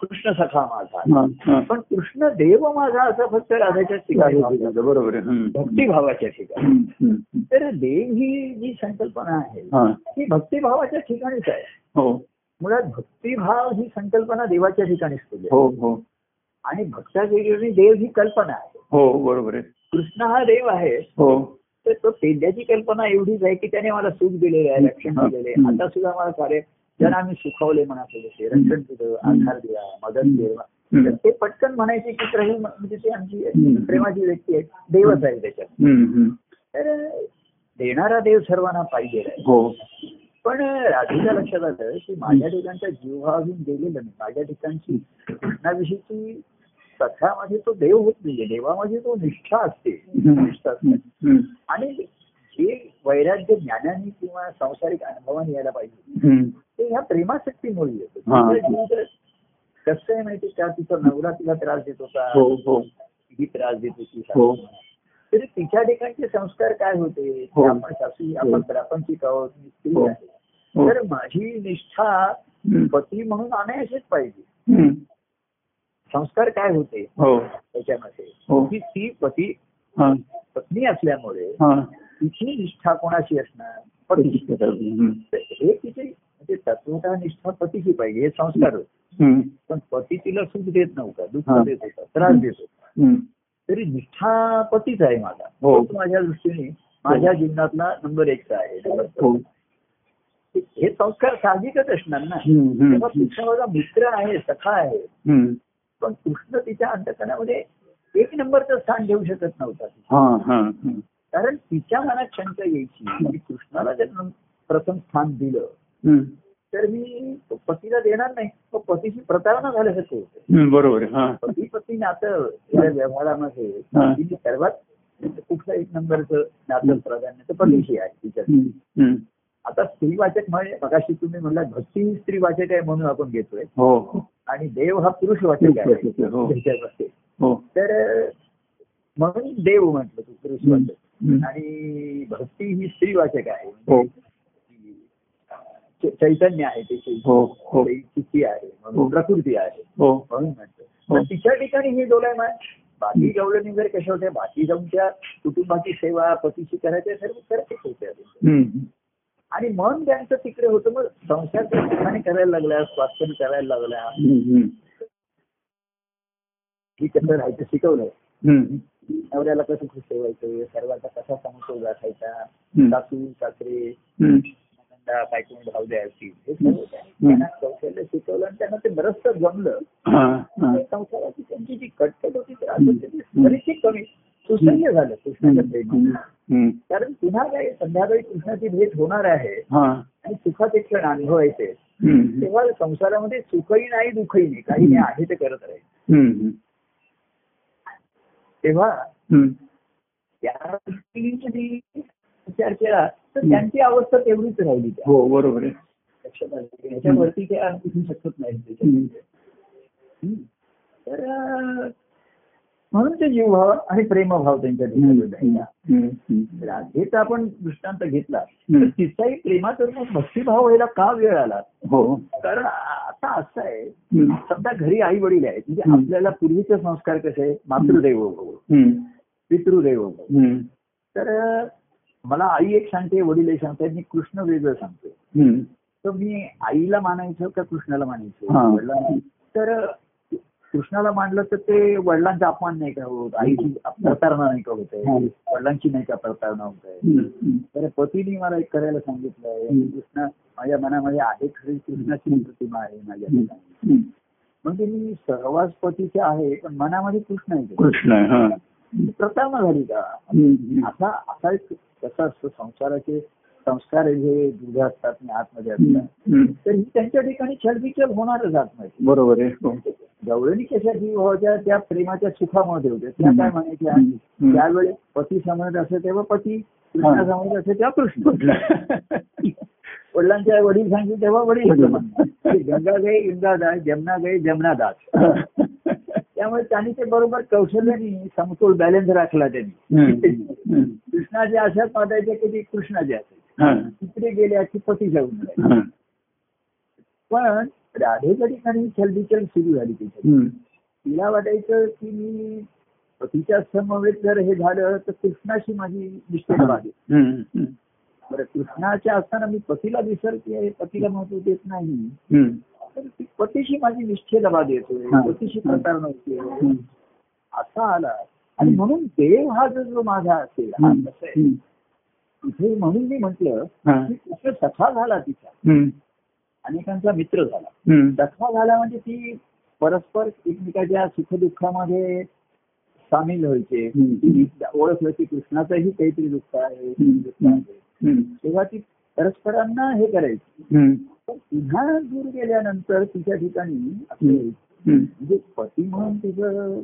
S2: कृष्ण सखा माझा
S1: हा, हा.
S2: पण कृष्ण देव माझा असं फक्त राधाच्या ठिकाणी भावलं.
S1: बरोबर आहे हम्म.
S2: भक्तिभावाच्या ठिकाणी
S1: हम्म, हम्म.
S2: तर देव ही जी संकल्पना आहे
S1: हा
S2: ती भक्तिभावाच्या ठिकाणीच आहे
S1: हो
S2: मुळात भक्तिभाव ही संकल्पना देवाच्या ठिकाणीच केली आहे.
S1: हो हो
S2: आणि भक्ताच्या ठिकाणी देव ही कल्पना आहे
S1: हो बरोबर आहे
S2: कृष्ण हा देव आहे
S1: हो
S2: तर तो पेंड्याची कल्पना एवढीच आहे की त्याने मला सुख दिलेलं आहे रक्षण
S1: हा.
S2: दिलेले
S1: हम्म.
S2: आता सुद्धा मला कार्य त्यांना आम्ही सुखावले म्हणा थोडेसे रक्षण दिलं
S1: हम्म.
S2: आधार दिला मदत
S1: हम्म.
S2: दिला तर
S1: हम्म.
S2: ते पटकन म्हणायचे की प्रभू म्हणजे ते
S1: हम्म.
S2: आमची प्रेमाची व्यक्ती आहे देवच आहे त्याच्यात
S1: हम्म, हम्म.
S2: तर देणारा देव सर्वांना पाहिजे आहे
S1: हो
S2: पण राधेच्या लक्षात आलं की माझ्या ठिकाणचा जीव हा अजून गेलेला नाही माझ्या ठिकाणची कृष्णाविषयीची कथामध्ये तो देव होत नाहीये देवामध्ये तो निष्ठा असते
S1: हम्म.
S2: निष्ठा असते
S1: हम्म, हम्म.
S2: आणि जे वैराग्य ज्ञानाने किंवा संसारिक अनुभवाने यायला पाहिजे
S1: हम्म.
S2: ते ह्या प्रेमासक्तीमुळे येतं
S1: हा.
S2: दुसरं जीवन कसं आहे माहिती का तिचा नवरा तिला त्रास देत होता
S1: हो हो
S2: ही त्रास देत होती
S1: हो.
S2: तरी तिच्या ठिकाणचे संस्कार काय होते
S1: हो.
S2: की आपण सासू आपण प्रापंचिक आहोत मी स्त्री
S1: हो.
S2: आहे
S1: हो
S2: तर माझी निष्ठा
S1: हम्म.
S2: पती म्हणून अनायाशीच पाहिजे
S1: हम्म.
S2: संस्कार काय होते
S1: हो
S2: त्याच्यामध्ये
S1: हो.
S2: की ती पती
S1: हा
S2: पत्नी असल्यामुळे
S1: हा
S2: तिची निष्ठा कोणाशी असणार पती
S1: हम्म.
S2: हे तिचे म्हणजे तत्वता निष्ठा पतीची पाहिजे हे संस्कार होते
S1: हम्म.
S2: पण पती तिला सुख देत नव्हता दुःख
S1: हा.
S2: देत होता त्रास देत होता
S1: हम्म.
S2: तरी निष्ठा पतीच आहे माझा
S1: हो.
S2: तोच माझ्या दृष्टीने माझ्या जीवनातला नंबर एकचा आहे
S1: हो
S2: हे संस्कार साहजिकच असणार ना
S1: हम्म, हम्म,
S2: तेव्हा कृष्ण माझा मित्र आहे सखा आहे
S1: हम्म.
S2: पण कृष्ण तिच्या अंतकणामध्ये एक नंबरचं स्थान घेऊ शकत नव्हता
S1: हा हा हा.
S2: कारण तिच्या मनात शंका यायची की कृष्णाला जर नम- प्रथम स्थान दिलं
S1: हम्म.
S2: तर मी पतीला देणार नाही मग पतीची प्रतारणा झाल्यासारखं होतं
S1: हम्म, बरोबर आहे. हा
S2: पती पत्नी नातं या व्यवहारामध्ये
S1: हा.
S2: तिने सर्वात कुठलं एक नंबरचं नातं प्राधान्य तर पतीशी आहे तिच्या
S1: हम्म, हम्म.
S2: आता स्त्रीवाचक म्हणजे मगाशी तुम्ही म्हणला भक्ती ही स्त्रीवाचक आहे म्हणून आपण घेतोय
S1: हो हो
S2: आणि देव हा पुरुष वाचक आहे
S1: हो
S2: त्याच्यामध्ये.
S1: हो
S2: तर म्हणून देव म्हटलं तू पुरुष
S1: Mm.
S2: वाचक
S1: हम्म.
S2: आणि भक्ती ही स्त्रीवाचक आहे
S1: हो
S2: च- चैतन्य आहे त्याची
S1: हो हो
S2: स्थिती आहे
S1: हो.
S2: म्हणून प्रकृती आहे
S1: हो
S2: म्हणून म्हटलं
S1: हो.
S2: तर तिच्या ठिकाणी हे डोलायमान बाकी गवळणी वगैरे कशा होत्या बाकी जाऊन त्या कुटुंबाची सेवा पतीची करायच्या सर्व करतच होत्या
S1: हम्म.
S2: आणि मन त्यांचं तिकडे होतं मग संसार त्या ठिकाणी करायला लागला स्वास्थ्य करायला लागला
S1: हम्म, हम्म.
S2: की कसं राहायचं शिकवलं
S1: हम्म.
S2: नवऱ्याला कसं खुश ठेवायचं सर्वांचा कसा समतोल राखायचा
S1: हम्म.
S2: सासू सासरे
S1: हम्म.
S2: नंदा बायकोण भाऊ द्या असतील हे सर्व त्यांनी
S1: हम्म.
S2: त्यांना कौशल्य शिकवलं आणि त्यांना ते बरंच जमलं
S1: हा हा
S2: आणि संसाराची त्यांची जी कटकट होती तर
S1: हम्म.
S2: आता ती बरीचशी कमी सुसह्य झालं
S1: Mm.
S2: कृष्णाच्या
S1: हम्म.
S2: प्रेमात
S1: हम्म.
S2: कारण पुन्हा काय संध्याकाळी कृष्णाची भेट होणार आहे
S1: हा
S2: आणि सुखाचे क्षण अनुभवायचे
S1: हम्म.
S2: तेव्हा संसारामध्ये सुखही नाही दुःखही नाही काही नाही आहे ते करत राहील
S1: हम्म.
S2: तेव्हा
S1: हम्म.
S2: त्या दृष्टीने विचार केला तर त्यांची अवस्था तेवढीच राहिली त्या
S1: हो बरोबर आहे
S2: लक्षात आलं की याच्यावरती काही
S1: Mm.
S2: अर्थ होऊ शकत नाही त्याच्यात.
S1: हम्म.
S2: हं. तर अं, म्हणून ते जीवभाव आणि प्रेमभाव त्यांच्या ठिकाणी होता.
S1: Mm.
S2: राधे तर आपण दृष्टांत घेतला तर
S1: हम्म.
S2: तिचाही प्रेमातून भक्तिभाव व्हायला का वेळ आला
S1: हो
S2: कारण आता असं आहे
S1: हम्म.
S2: समजा घरी आई वडील आहेत म्हणजे
S1: हम्म.
S2: आपल्याला पूर्वीचे संस्कार कसे आहे? मातृदैव भव
S1: हम्म.
S2: पितृदैव भव
S1: हम्म.
S2: तर मला आई एक सांगते वडील एक सांगते मी कृष्ण वेगळं सांगतो
S1: हम्म.
S2: तर मी आईला मानायचं का कृष्णाला मानायचं
S1: हा.
S2: वडिलांना- तर कृष्णाला मानलं तर ते वडिलांचा अपमान नाही का होत आईची प्रतारणा नाही का होत
S1: हा.
S2: आहे वडिलांची नाही का प्रतारणा होत आहे
S1: हम्म.
S2: तर पतीने मला एक करायला सांगितलं आहे
S1: हम्म.
S2: कृष्ण माझ्या मनामध्ये आहे खरी कृष्णाची प्रतिमा आहे माझ्या
S1: हम्म.
S2: ठिकाणी.
S1: हम्म.
S2: म्हणजे मी सहवास पतीचे आहे पण मनामध्ये कृष्ण आहे
S1: कृष्ण आहे, हा
S2: प्रतारणा झाली का
S1: हम्म.
S2: असा असा एक कसा असतो संसाराचे संस्कार जे दुधा असतात आणि आतमध्ये
S1: हम्म.
S2: असतात
S1: हम्म.
S2: तर ही त्यांच्या ठिकाणी छलबिचल होणारच आतमध्ये
S1: बरोबर आहे हो
S2: गवळणी कशा जीवाच्या त्या प्रेमाच्या सुखामध्ये होत्या त्या
S1: हम्म.
S2: काय म्हणायच्या
S1: हम्म.
S2: त्यावेळेस पती समजत असे तेव्हा पती कृष्णा समजत असे तेव्हा कृष्ण वडिलांचे आई वडील सांगितले तेव्हा वडील
S1: वडील.
S2: म्हणतात. ते गंगा गे गंगा दास जमना गे जमना दास त्यामुळे त्यांनी ते बरोबर कौशल्याने समतोल बॅलन्स राखला त्यांनी
S1: हम्म. हम्म.
S2: कृष्णाचे अशाच वाटायचे की ते कृष्णाचे असेल
S1: हा.
S2: तिकडे गेले की पती जाऊन आले.
S1: हा.
S2: पण राधेच्या ठिकाणी छलबिचल सुरू झाली तिथे
S1: हम्म.
S2: तिला वाटायचं की मी पतीच्या समवेत जर हे झालं तर कृष्णाशी माझी निश्चित आहे
S1: हम्म.
S2: बरं कृष्णाच्या असताना मी पतीला विसरते पतीला महत्व देत नाही
S1: हम्म.
S2: तर ती पतीशी माझी निश्चयदाबाद येतोय
S1: हा.
S2: पतीशी प्रतारणा होते
S1: हम्म.
S2: असा आला आणि म्हणून देव हा जो- जो माझा असेल हा कसं आहे
S1: हम्म.
S2: तिथे म्हणून मी म्हटलं
S1: हा.
S2: की कृष्ण सखा झाला तिचा
S1: हम्म.
S2: अनेकांचा मित्र झाला
S1: हम्म.
S2: सखा झाला म्हणजे ती परस्पर एकमेकाच्या सुखदुःखामध्ये सामील व्हायचे
S1: हम्म.
S2: ती ओळख व्हायची कृष्णाचाही काहीतरी दुःख आहे
S1: हम्म.
S2: दुःख आहे.
S1: हम्म.
S2: तेव्हा ती परस्परांना हे करायची
S1: हम्म.
S2: पण पुन्हा दूर गेल्यानंतर तिच्या ठिकाणी असे
S1: हम्म.
S2: म्हणजे पती म्हणून तिचं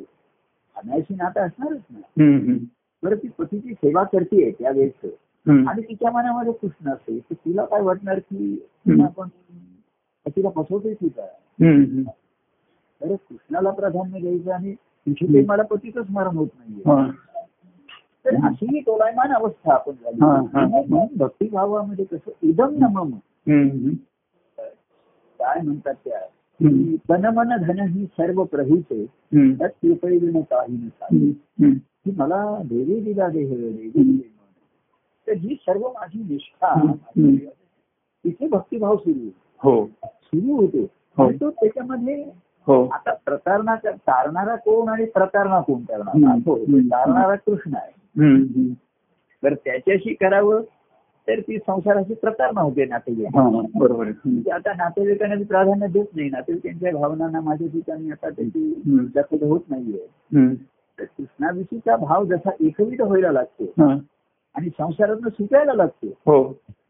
S2: अनायशी नातं असणारच ना
S1: हम्म.
S2: बरं ती पतीची सेवा करते त्या वेळेस
S1: हम्म.
S2: आणि तिच्या मनामध्ये कृष्ण असेल तर तिला काय वाटणार की तिला आपण तिला फसवतोय की काय
S1: हम्म.
S2: अरे कृष्णाला प्राधान्य द्यायचं आणि तिथे ते मला पतीचं स्मरण होत नाहीये
S1: हा.
S2: तर अशी ही डोलायमान अवस्था आपण झाली
S1: हा, हा.
S2: म्हणून भक्तिभावामध्ये कसं इदम नमम
S1: हम्म.
S2: काय म्हणतात त्या
S1: हम्म.
S2: तन मन धन ही सर्व प्रभूचे
S1: हम्म.
S2: त्यात कृपया विण काही नसा
S1: हम्म. हम्म.
S2: की मला देवी दिला देह देवी दिला. तर ही सर्व माझी निष्ठा
S1: हम्म.
S2: तिथे भक्तिभाव सुरू
S1: हो
S2: सुरू होतो
S1: हो.
S2: पण तो त्याच्यामध्ये
S1: हो
S2: आता प्रतारणा कर- तारणारा कोण आणि प्रतारणा कोण करणार
S1: हम्म.
S2: हा तो.
S1: हम्म.
S2: तारणारा कृष्ण आहे
S1: हम्म. हम्म.
S2: तर त्याच्याशी करावं तर ती संसाराची प्रतारणा होते नातेवाईक
S1: हा. बरोबर आहे हम्म.
S2: म्हणजे आता नातेवाईकांना मी प्राधान्य देत नाही नातेवाईकांच्या भावनांना माझ्या ठिकाणी आता
S1: हम्म.
S2: त्याची दखल होत नाहीये
S1: हम्म.
S2: तर कृष्णाविषयीचा भाव जसा एकविध व्हायला लागतो
S1: हा.
S2: आणि संसारातनं सुटायला लागतो
S1: हो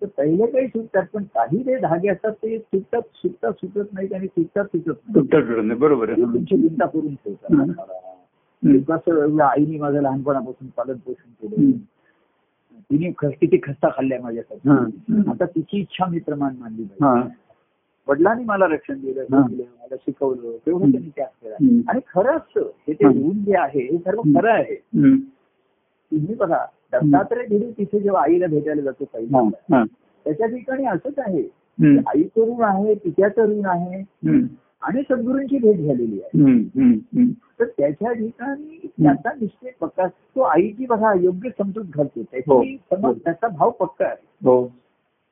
S2: तर पहिले काही सुटतात पण काही जे धागे असतात ते सुटतात सुटतात सुटत नाहीत आणि सुटतात सुटत नाही
S1: उत्तर जोडून आहे. बरोबर आहे हम्म.
S2: तुमची चिंता करून ठेवतात मला.
S1: हम्म.
S2: कसं एवढ्या आईने माझं लहानपणापासून पालन पोषण केलं
S1: हम्म.
S2: तिने खस- किती खस्ता खाल्ल्या माझ्यासाठी
S1: हा.
S2: आता तिची इच्छा मी प्रमाण मानली पाहिजे
S1: हा.
S2: वडिलांनी मला रक्षण दिलं
S1: हा.
S2: हे दिलं, मला शिकवलं तेव्हा
S1: हं.
S2: त्यांनी त्याग केला
S1: हं.
S2: आणि खरंच हे ते
S1: हं.
S2: गुण जे आहे हे सर्व
S1: हं.
S2: खरं आहे
S1: हम्म.
S2: तुम्ही बघा दत्तात्रय धिरी तिथे जेव्हा आईला भेटायला जातो
S1: हा.
S2: पहिला
S1: हा.
S2: त्याच्या ठिकाणी असंच आहे की
S1: हम्म.
S2: आईचं ऋण आहे तिच्याचं ऋण आहे
S1: हम्म.
S2: आणि सद्गुरूंची भेट झालेली आहे
S1: हम्म. हम्म. हम्म.
S2: तर त्याच्या ठिकाणी त्याचा निश्चय पक्का तो आईची बघा योग्य समजूत घालतो
S1: हो.
S2: त्याची समज त्याचा भाव पक्का आहे
S1: हो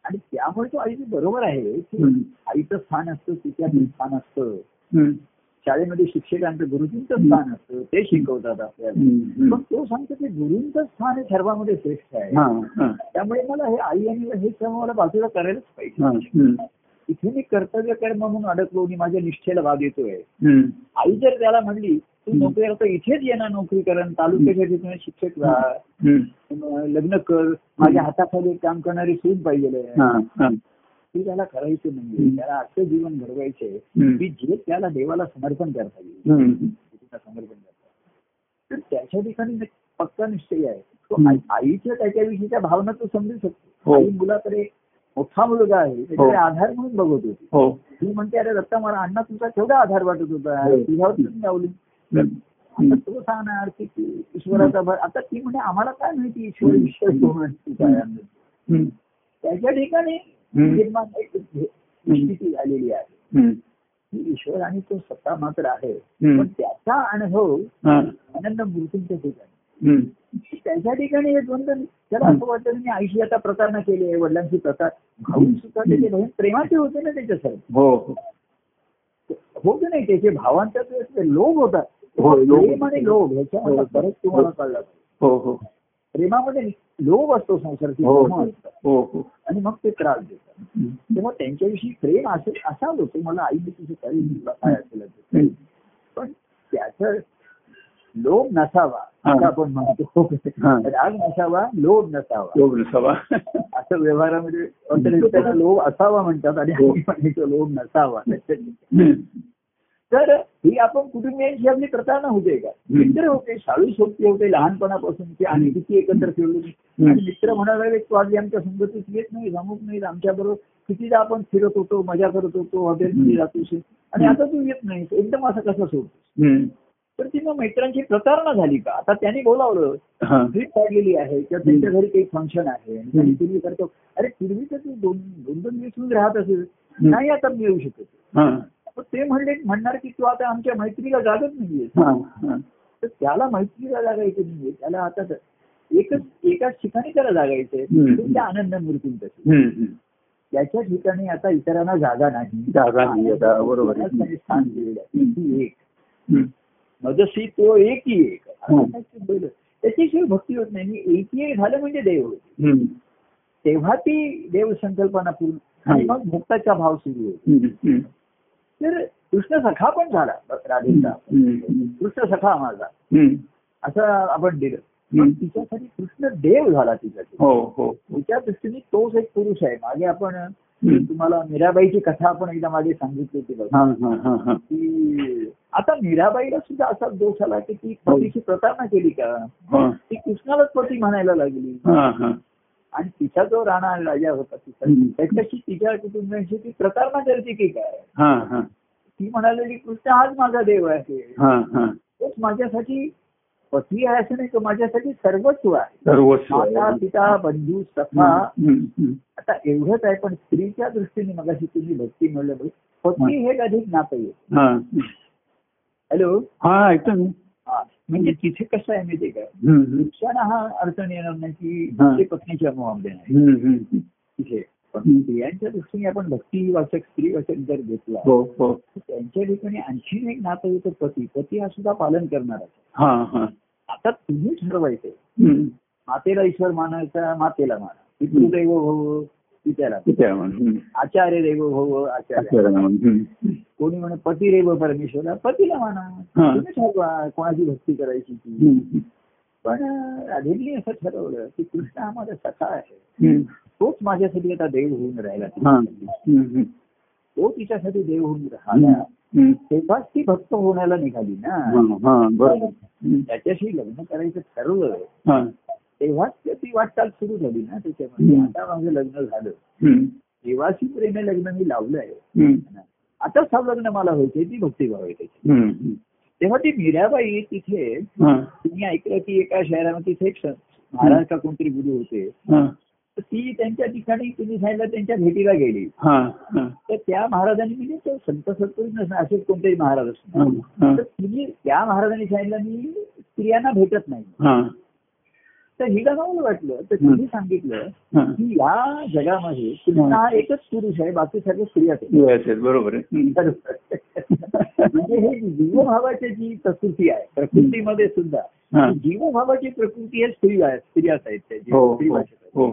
S2: आणि त्यामुळे तो आईची बरोबर आहे की
S1: हम्म.
S2: आईचं स्थान असतं तिच्याचं
S1: हम्म.
S2: स्थान असतं
S1: हम्म.
S2: शाळेमध्ये शिक्षकांचं गुरुजींचं
S1: हम्म.
S2: स्थान असतं ते शिकवतात आपल्याला
S1: हम्म.
S2: पण तो सांगतो की गुरुंचं स्थान हे सर्वांमध्ये श्रेष्ठ
S1: हा.
S2: आहे
S1: हा.
S2: त्यामुळे मला हे आई आणि हे सर्व मला बाजूला करायलाच पाहिजे
S1: हा. हम्म.
S2: इथे मी कर्तव्य कर म्हणून अडकलो मी माझ्या निष्ठेला भाग येतोय
S1: हम्म.
S2: आई जर त्याला म्हणली तू
S1: हम्म.
S2: नोकरी करता इथेच ये ना नोकरी करण तालुक्याच्या ठिकाणी शिक्षक राहा
S1: हम्म.
S2: अं, लग्न कर माझ्या हाताखाली एक काम करणारी सून पाहिजे
S1: हा. हा.
S2: ती त्याला करायचं
S1: हम्म.
S2: नाही त्याला असं जीवन घडवायचंय
S1: हम्म.
S2: की जे त्याला देवाला समर्पण करता येईल
S1: हम्म.
S2: कृतीचा समर्पण करतात तर त्याच्या ठिकाणी जे पक्का निश्चय आहे तो
S1: हम्म.
S2: आई- आईच्या त्याच्याविषयीच्या भावना तो समजू शकतो
S1: हो.
S2: आई मुलाकडे मोठा मुलगा आहे त्याच्याकडे आधार म्हणून बघत होती
S1: हो
S2: ती म्हणते अरे दत्ता मला अण्णा तुमचा केवढा आधार वाटत होता
S1: हो.
S2: तुझ्यावर तुम्ही आवली
S1: हम्म.
S2: आता तो सांगणार की की ईश्वराचा भर आता ती म्हणजे आम्हाला काय माहिती ईश्वर विश्वास कोण असतो काय आहे.
S1: हम्म,
S2: त्याच्या ठिकाणी
S1: हम्म.
S2: निर्माण एक हे- स्थिती आलेली आहे
S1: हम्म,
S2: की ईश्वर आणि तो सत्ता मात्र आहे
S1: हम्म.
S2: पण त्याचा अनुभव
S1: हा,
S2: अनंत मूर्तींच्या ठिकाणी
S1: हम्म,
S2: त्याच्या ठिकाणी हे द्वंद्व नाही. त्याला असं वाटतं मी आयुष्याचा प्रकार न केले वडिलांची प्रकार भाऊन सुद्धा त्याचे बहीण प्रेमाचे होते ना त्याच्यासाठी
S1: हो हो.
S2: हो की नाही त्याचे भावांचा जो असते लोभ होता
S1: हो, लोभ.
S2: प्रेम आणि लोभ ह्याच्यामध्ये
S1: हो.
S2: बरंच तुम्हाला कळलं
S1: हो हो
S2: प्रेमामध्ये लोभ असतो संसाराची
S1: हो
S2: मोह असतात.
S1: हो हो
S2: आणि मग ते त्रास देतात
S1: हम्म,
S2: तेव्हा त्यांच्याविषयी प्रेम असेल असावं होतो मला आई तुझं काही तुला काय असेल असेल.
S1: हम्म.
S2: पण त्याचं लोभ नसावा असं
S1: हा.
S2: आपण म्हणतो
S1: हा. हो.
S2: राग नसावा लोभ नसावा
S1: लोभ नसावा
S2: असं व्यवहारामध्ये अर्थाने त्याला लोभ असावा म्हणतात आणि
S1: हो.
S2: आपण म्हणतो लोभ नसावा
S1: हम्म,
S2: तर ही आपण कुटुंबियांची आपली प्रतारणा होते का मित्र होते शाळू सोबती होते लहानपणापासून की आम्ही किती एकत्र खेळलो आणि मित्र म्हणायला लागले, तू आधी आमच्या संगतीत येत नाही जमूक नाही आमच्या बरोबर कितीदा आपण फिरत होतो मजा करत होतो हॉटेलमध्ये जात होतो आणि आता तू येत नाही एकदम असं कसं सोड
S1: हम्म,
S2: तर ती मग मित्रांची प्रतारणा झाली का आता त्यांनी बोलावलं
S1: हा,
S2: भेट काढलेली आहे किंवा त्यांच्या घरी काही फंक्शन आहे आणि त्यांनी पूर्वी करतो अरे पूर्वी तर तू दोन दोन दोन दिवस येऊन राहत असेल नाही आता मी येऊ शकत
S1: हा,
S2: पण ते म्हणले म्हणणार की तू आता आमच्या मैत्रीला जागत नाहीये
S1: हा, हा.
S2: तर त्याला मैत्रीला जागायचं नाहीये त्याला आता तर एकच एकाच ठिकाणी त्याला जागायचंय
S1: हम्म.
S2: तो त्या आनंद मूर्तींपासून
S1: हम्म, हम्म.
S2: त्याच्या ठिकाणी आता इतरांना जागा नाही
S1: जागा नाही आता, बरोबर आहे.
S2: त्याने स्थान दिलेलं आहे ती एक
S1: हम्म,
S2: मजसी तो एकी एक
S1: हम्म.
S2: त्याच्याशिवाय भक्ती होत नाही आणि एकी एक झालं म्हणजे देव होईल.
S1: हम्म,
S2: तेव्हा ती देव संकल्पना पूर्ण आणि मग मुक्ताचा भाव सुरू होतो
S1: हम्म, हम्म.
S2: तर कृष्ण सखा पण झाला राधेचा
S1: हम्म,
S2: कृष्ण सखा माझा
S1: हम्म.
S2: असं आपण दिलं मग तिच्यासाठी कृष्ण देव झाला तिच्यासाठी
S1: हो हो
S2: तिच्या दृष्टीने तोच एक पुरुष आहे मागे आपण
S1: हम्म.
S2: तुम्हाला मीराबाईची कथा आपण एकदा मागे सांगितली होती बघा
S1: हा, हा, हा, हा.
S2: की आता मीराबाईला सुद्धा असा दोष आला की ती पतीची प्रतारणा केली का
S1: हो. हा,
S2: ती कृष्णालाच पती म्हणायला लागली
S1: हा, हा.
S2: आणि तिचा जो राणा राजा होता तिचा
S1: हम्म.
S2: त्याच्याशी तिच्या कुटुंबियांशी ती प्रतारणा करते की काय
S1: हा, हा,
S2: ती म्हणालेली कृष्ण हाच माझा देव आहे
S1: हा, हा.
S2: तोच माझ्यासाठी पती आहे असं नाही तो माझ्यासाठी सर्वस्व आहे
S1: सर्वस्व आहे.
S2: माता पिता बंधू सखा
S1: हम्म, हम्म.
S2: आता एवढंच आहे पण स्त्रीच्या दृष्टीने मगाशी तुम्ही भक्ती म्हणलं बघ पत्नी हे एक अधिक नातं आहे
S1: हा.
S2: हॅलो
S1: हा ऐकतो मी
S2: हा म्हणजे तिथे कसं आहे माहितीये का
S1: हम्म, हम्म.
S2: वृक्षांना हा अडचण येणार नाही की
S1: हा.
S2: ते पत्नीच्या मोहामध्ये नाही
S1: हम्म, हम्म.
S2: तिथे पण
S1: हम्म.
S2: स्त्रियांच्या दृष्टीने आपण भक्ती वाचक स्त्री वाचक जर घेतला
S1: हो हो
S2: तर त्यांच्या ठिकाणी आणखीन एक नातं येतं पती पती हा सुद्धा पालन करणार आहे
S1: हा हा
S2: आता तुम्ही ठरवायचंय
S1: हम्म.
S2: मातेला ईश्वर मानायचा मातेला माना पितृदैव भव पित्याला
S1: किती आहे म्हणून? हम्म.
S2: हो, आचार्य देव भव आचार्य
S1: असं आहे म्हणून. हम्म.
S2: कोणी म्हणे पती रेव परमेश्वरला पतीला म्हणा
S1: हा.
S2: तुम्ही ठरवा कोणाची भक्ती करायची ती
S1: हम्म.
S2: पण अं, राधेंनी असं ठरवलं की कृष्ण हा माझा सखा आहे
S1: हम्म.
S2: तोच माझ्यासाठी आता देव होऊन राहिला
S1: हा. हम्म, हम्म.
S2: तो तिच्यासाठी देव होऊन राहिला
S1: हम्म. हम्म.
S2: तेव्हाच ती भक्त होण्याला निघाली
S1: हा,
S2: ना
S1: हा, बरोबर. हम्म.
S2: त्याच्याशी लग्न करायचं ठरवलं
S1: हा.
S2: तेव्हाच ते- ती वाटचाल सुरू झाली ना त्याच्यामध्ये
S1: हम्म.
S2: आता माझं लग्न झालं
S1: हम्म.
S2: देवाशी प्रेमे लग्न मी लावलं आहे
S1: हम्म.
S2: आता संलग्न मला व्हायचे ती भक्ती व्हायची
S1: हम्म. हम्म.
S2: तेव्हा ती मीराबाई तिथे
S1: हा.
S2: तुम्ही ऐकलं की एका शहरामध्ये तिथे एक स- महाराज का कोणतरी गुरु होते
S1: हा.
S2: तर ती त्यांच्या ठिकाणी तुम्ही सांगितलं त्यांच्या भेटीला गेली
S1: हा. हा.
S2: तर त्या महाराजांनी म्हणजे तो संत सत्पुरुष नसणार असेच कोणतेही महाराज असणार
S1: हा.
S2: तर तिने त्या महाराजांनी सांगितलं मी स्त्रियांना भेटत नाही
S1: हा.
S2: तर हिला चांगलं वाटलं तर तिने सांगितलं
S1: हा.
S2: की या जगामध्ये कृष्ण हा एकच पुरुष आहे बाकी सर्व स्त्रिया आहेत
S1: हे असेल, बरोबर आहे हम्म.
S2: म्हणजे हे जीवभावाची जी प्रकृती आहे प्रकृतीमध्ये सुद्धा
S1: हा.
S2: जीवभावाची प्रकृती हे स्त्री आहे स्त्रिया साहित्य
S1: हो
S2: स्त्री
S1: हो
S2: भाषेत आहे.
S1: हो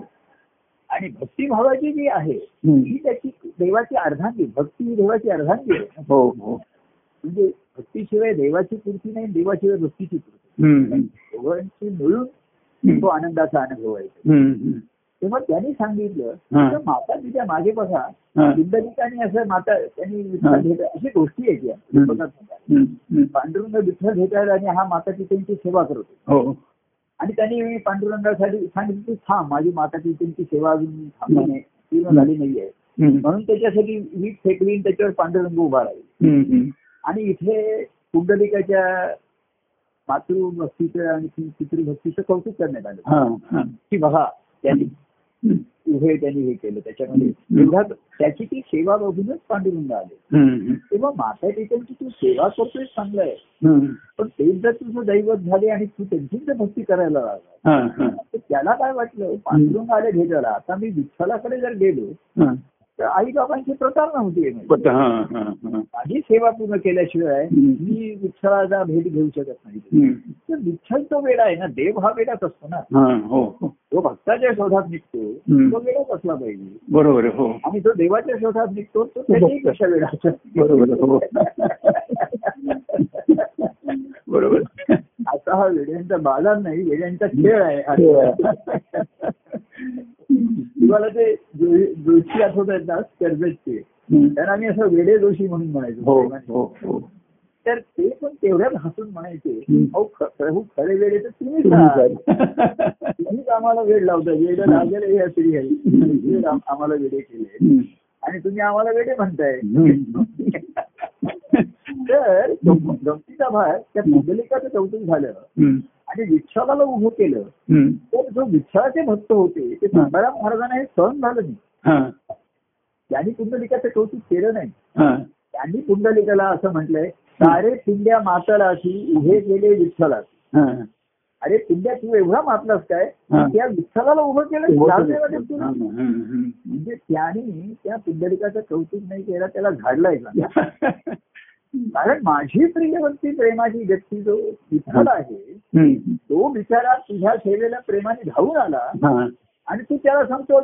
S2: आणि भक्तिभावाची जी आहे
S1: हम्म.
S2: ही त्याची देवाची अर्धांगी भक्ती ही देवाची अर्धांगी आहे
S1: हो हो
S2: म्हणजे भक्तीशिवाय देवाची पूर्ती नाही देवाशिवाय भक्तीची पूर्ती
S1: हम्म.
S2: दोघांची मिळून तो
S1: हम्म.
S2: आनंदाचा अनुभव आहे
S1: हम्म.
S2: तेव्हा त्यांनी सांगितलं
S1: हा.
S2: तर माता तिच्या मागे बघा
S1: हा.
S2: आणि असं माता त्यांनी विठ्ठल भेट अशी गोष्टी आहेत या
S1: हम्म.
S2: बघा तुम्ही.
S1: हम्म. हम्म.
S2: पांडुरंग विठ्ठल भेटायला आणि हा माता पित्यांची सेवा करतो
S1: हो
S2: आणि त्यांनी पांडुरंगासाठी सांगितलं की थांब माझी माता पित्यांची सेवा अजून थांबली नाही पूर्ण झाली नाहीये
S1: हम्म.
S2: म्हणून त्याच्यासाठी वीट फेकली आणि त्याच्यावर पांडुरंग उभा राहील
S1: हम्म.
S2: आणि इथे कुंडलिकाच्या मातृभक्तीचं आणि ती पितृभक्तीचं कौतुक करण्यात आलं
S1: हा, हा.
S2: की बघा त्यांनी
S1: हम्म.
S2: उभे त्यांनी हे केलं त्याच्यामध्ये
S1: हम्म.
S2: एवढा त्याची ती सेवा बघूनच पांडुरंग आले
S1: हम्म.
S2: तेव्हा माता पित्यांची तू सेवा करतोय चांगलं आहे
S1: हम्म.
S2: पण ते जर तुझं दैवत झाले आणि तू त्यांची जर भक्ती करायला लागला
S1: हा, हा,
S2: तर त्याला काय वाटलं पांडुरंग आले भेटायला आता मी विठ्ठलाकडे जर गेलो
S1: हा.
S2: तर आई बाबांची प्रतारणा होती म्हणजे.
S1: पट- हा, हा, हा.
S2: माझी सेवा पूर्ण केल्याशिवाय
S1: हम्म.
S2: मी विठ्ठलाचा भेट घेऊ शकत नाही
S1: हम्म.
S2: तर विठ्ठल तो वेळा आहे ना देव हा वेळाच असतो ना
S1: हा, हो हो.
S2: जो भक्ताच्या शोधात निघतो
S1: हम्म.
S2: तो वेळाच असला पाहिजे
S1: बरोबर आहे, हो
S2: आणि जो देवाच्या शोधात निघतो तो त्याच्याही कशा वेळाचा
S1: बरोबर आहे, हो
S2: *laughs*
S1: बरोबर
S2: आता हा वेड्यांचा बाजार नाही वेड्यांचा खेळ आहे हा.
S1: खेळ
S2: तुम्हाला ते जो- जोशी आठवत आहेत ना कर्जतचे
S1: हम्म.
S2: तर आम्ही असं वेडे जोशी म्हणून
S1: हो
S2: म्हणायचो
S1: हो हो
S2: तर ते पण तेवढ्याच हसून म्हणायचे
S1: हम्म.
S2: अहो ख- प्रभू खरे वेळे तर तुम्हीच
S1: तुम्ही
S2: राहा.
S1: काय?
S2: तुम्हीच आम्हाला वेळ लावता वेळ लागेल हे असे आहे. तुम्हीच आम- आम्हाला वेळे केले
S1: हम्म.
S2: आणि तुम्ही आम्हाला वेळे म्हणताय
S1: हम्म.
S2: तर गम- गमतीचा भाग त्या पुंडलिकाचं कौतुक झालं
S1: हम्म.
S2: आणि विठ्ठलाला उभं केलं
S1: हम्म.
S2: तर जो विठ्ठलाचे भक्त होते ते
S1: हा.
S2: तुकाराम महाराजांना हे सहन झालं नाही
S1: हा,
S2: त्यांनी पुंडलिकाचं कौतुक केलं नाही
S1: हा.
S2: त्यांनी पुंडलिकाला असं म्हटलंय सारे पिंड्या मातला उभे केले विठ्ठला
S1: हा.
S2: अरे पिंड्या तू एवढा मातलास काय
S1: हा.
S2: त्या विठ्ठलाला उभं केलं
S1: हा,
S2: लाजण्यावाटेल तुला.
S1: हा, हम्म,
S2: म्हणजे त्याने त्या पुंडलिकाचं कौतुक नाही केलं त्याला झाडलाय का
S1: हम्म.
S2: कारण माझी प्रियवंती प्रेमाची व्यक्ती जो विठ्ठल आहे
S1: हम्म.
S2: तो बिचारा तुझ्या सेवेला प्रेमाने धावून आला
S1: हा.
S2: आणि तू त्याला सांगतो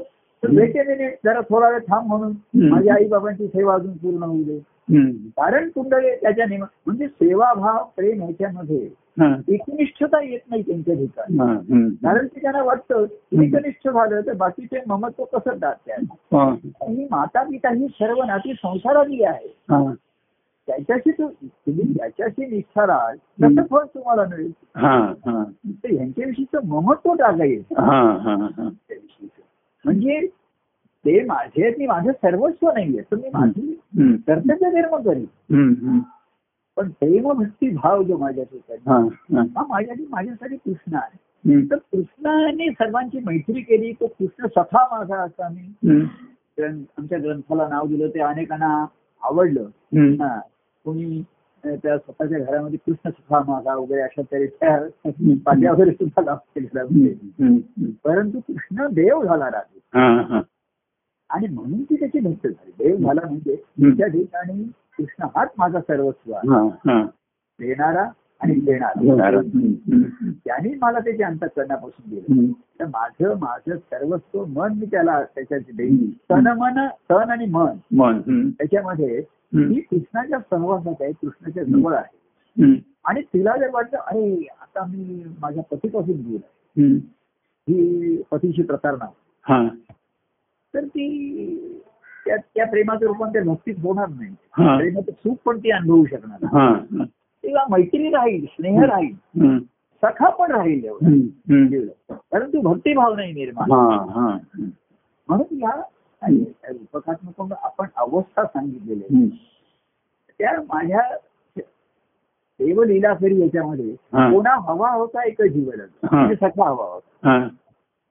S2: वेट मिनिट जरा थोडा वेळ थांब म्हणून
S1: हम्म.
S2: माझ्या आई बाबांची सेवा अजून पूर्ण होऊ दे
S1: हम्म.
S2: कारण कुंडले त्याच्या निम म्हणजे सेवाभाव प्रेम ह्याच्यामध्ये
S1: हा.
S2: एकनिष्ठता येत नाही त्यांच्या ठिकाणी
S1: हा. हम्म.
S2: कारण की त्यांना वाटतं एकनिष्ठ झालं तर बाकीचे ममत्व कसं दाटतात
S1: हा.
S2: ही माता पिता ही सर्व नाती संसारातली आहे
S1: हा.
S2: त्याच्याशी तू- तुम्ही त्याच्याशी निष्ठा राहाल तसं फळ तुम्हाला मिळेल
S1: हा. हा.
S2: तर ह्यांच्याविषयीचं महत्व टाकायचं
S1: हा. हा. हा.
S2: त्याविषयीचं. म्हणजे ते माझे आहेत, मी माझं सर्वस्व नाहीये तर मी माझी
S1: हम्म.
S2: कर्तव्य निर्माण करीन
S1: हम्म. हम्म.
S2: पण प्रेम भक्ती भाव जो माझ्या ठिकाणी
S1: हा. हा.
S2: हा माझ्यासाठी माझ्यासाठी कृष्ण आहे तर
S1: हम्म.
S2: कृष्णाने सर्वांची मैत्री केली तो कृष्ण सखा माझा असा मी
S1: हम्म.
S2: ग्रं- आमच्या ग्रंथाला नाव दिलं ते अनेकांना आवडलं
S1: हम्म.
S2: हा. कोणी अ, त्या स्वतःच्या घरामध्ये कृष्ण सखा माझा वगैरे अशा तऱ्हेच्या
S1: हम्म.
S2: पाट्या वगैरे सुद्धा लावते घरामध्ये
S1: हम्म. हम्म.
S2: परंतु कृष्ण देव झाला रात्री
S1: हा. हा.
S2: आणि म्हणून ती त्याची भक्त झाली देव झाला म्हणजे त्या ठिकाणी कृष्ण हाच माझा सर्वस्व आहे.
S1: हा. हा.
S2: देणारा आणि
S1: येणार.
S2: देणारा
S1: हम्म. हम्म.
S2: त्यांनी मला त्याच्या अंतकरणापासून दिलं
S1: हम्म.
S2: तर माझं माझं सर्वस्व मन मी त्याला त्याच्यात देईन तन मन तन आणि मन
S1: मन. हम्म.
S2: त्याच्यामध्ये
S1: हम्म.
S2: मी कृष्णाच्या सहवासात आहे कृष्णाच्या जवळ आहे
S1: हम्म.
S2: आणि तिला जर वाटलं अरे आता मी माझ्या पतीपासून दूर आहे
S1: हम्म.
S2: ही पतीची प्रतारणा
S1: हा.
S2: तर ती त्या त्या प्रेमाचं रूपांतर भक्तीत होणार नाही
S1: हा.
S2: प्रेमाचं सुख पण ती अनुभवू शकणार नाही.
S1: हा. हा.
S2: तेव्हा मैत्री राहील स्नेह राहील
S1: हम्म.
S2: सखा पण राहील एवढा
S1: हम्म. हम्म.
S2: जीवनात. परंतु भक्तिभाव नाही निर्माण
S1: हा. हा. हम्म.
S2: म्हणून या आणि रूपकात्मक म्हणून आपण अवस्था सांगितलेल्या आहेत.
S1: हम्म.
S2: त्या माझ्या देवलीला फेरी याच्यामध्ये
S1: हा.
S2: कोणा हवा होता एक जीवन
S1: हा.
S2: म्हणजे सखा हवा होता
S1: हा.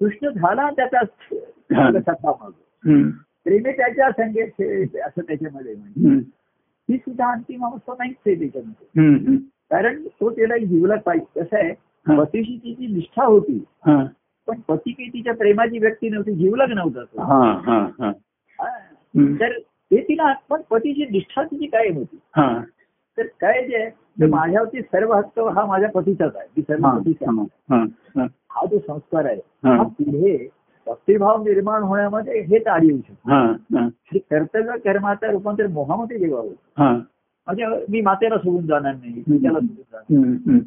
S2: कृष्ण झाला त्याचा
S1: हा.
S2: सखा मग
S1: हम्म.
S2: प्रेमे त्याच्या संगेत खेळ, असं त्याच्यामध्ये म्हणजे
S1: हम्म.
S2: ही सुद्धा अंतिम अवस्था नाहीच आहे त्याच्यामध्ये
S1: हम्म. हम्म.
S2: कारण तो त्याला जीवला पाहिजे कसं आहे पतीशी तिची निष्ठा होती
S1: हा.
S2: पण पती काही तिच्या प्रेमाची व्यक्ती नव्हती जीवलग नव्हता तो.
S1: हा. हा. हा.
S2: हा.
S1: हम्म.
S2: तर ते तिला पण पतीची निष्ठा तिची काय होती
S1: हा.
S2: तर काय जे आहे, तर
S1: हम्म.
S2: माझ्यावरती सर्व हक्क हा माझ्या पतीचाच आहे मी सर्व
S1: हा.
S2: पतीचा आहे.
S1: हा. हा.
S2: हा जो संस्कार आहे
S1: हा.
S2: हा पुढे भक्तिभाव निर्माण होण्यामध्ये हे ताळी येऊ शकतो
S1: हा. हा.
S2: हे कर्तव्य कर्माचा रूपांतर मोहामध्ये जेव्हा होतं
S1: हा.
S2: म्हणजे मी मातेला सोडून जाणार नाही मी त्याला सोडून जाणार नाही.
S1: हम्म. हम्म.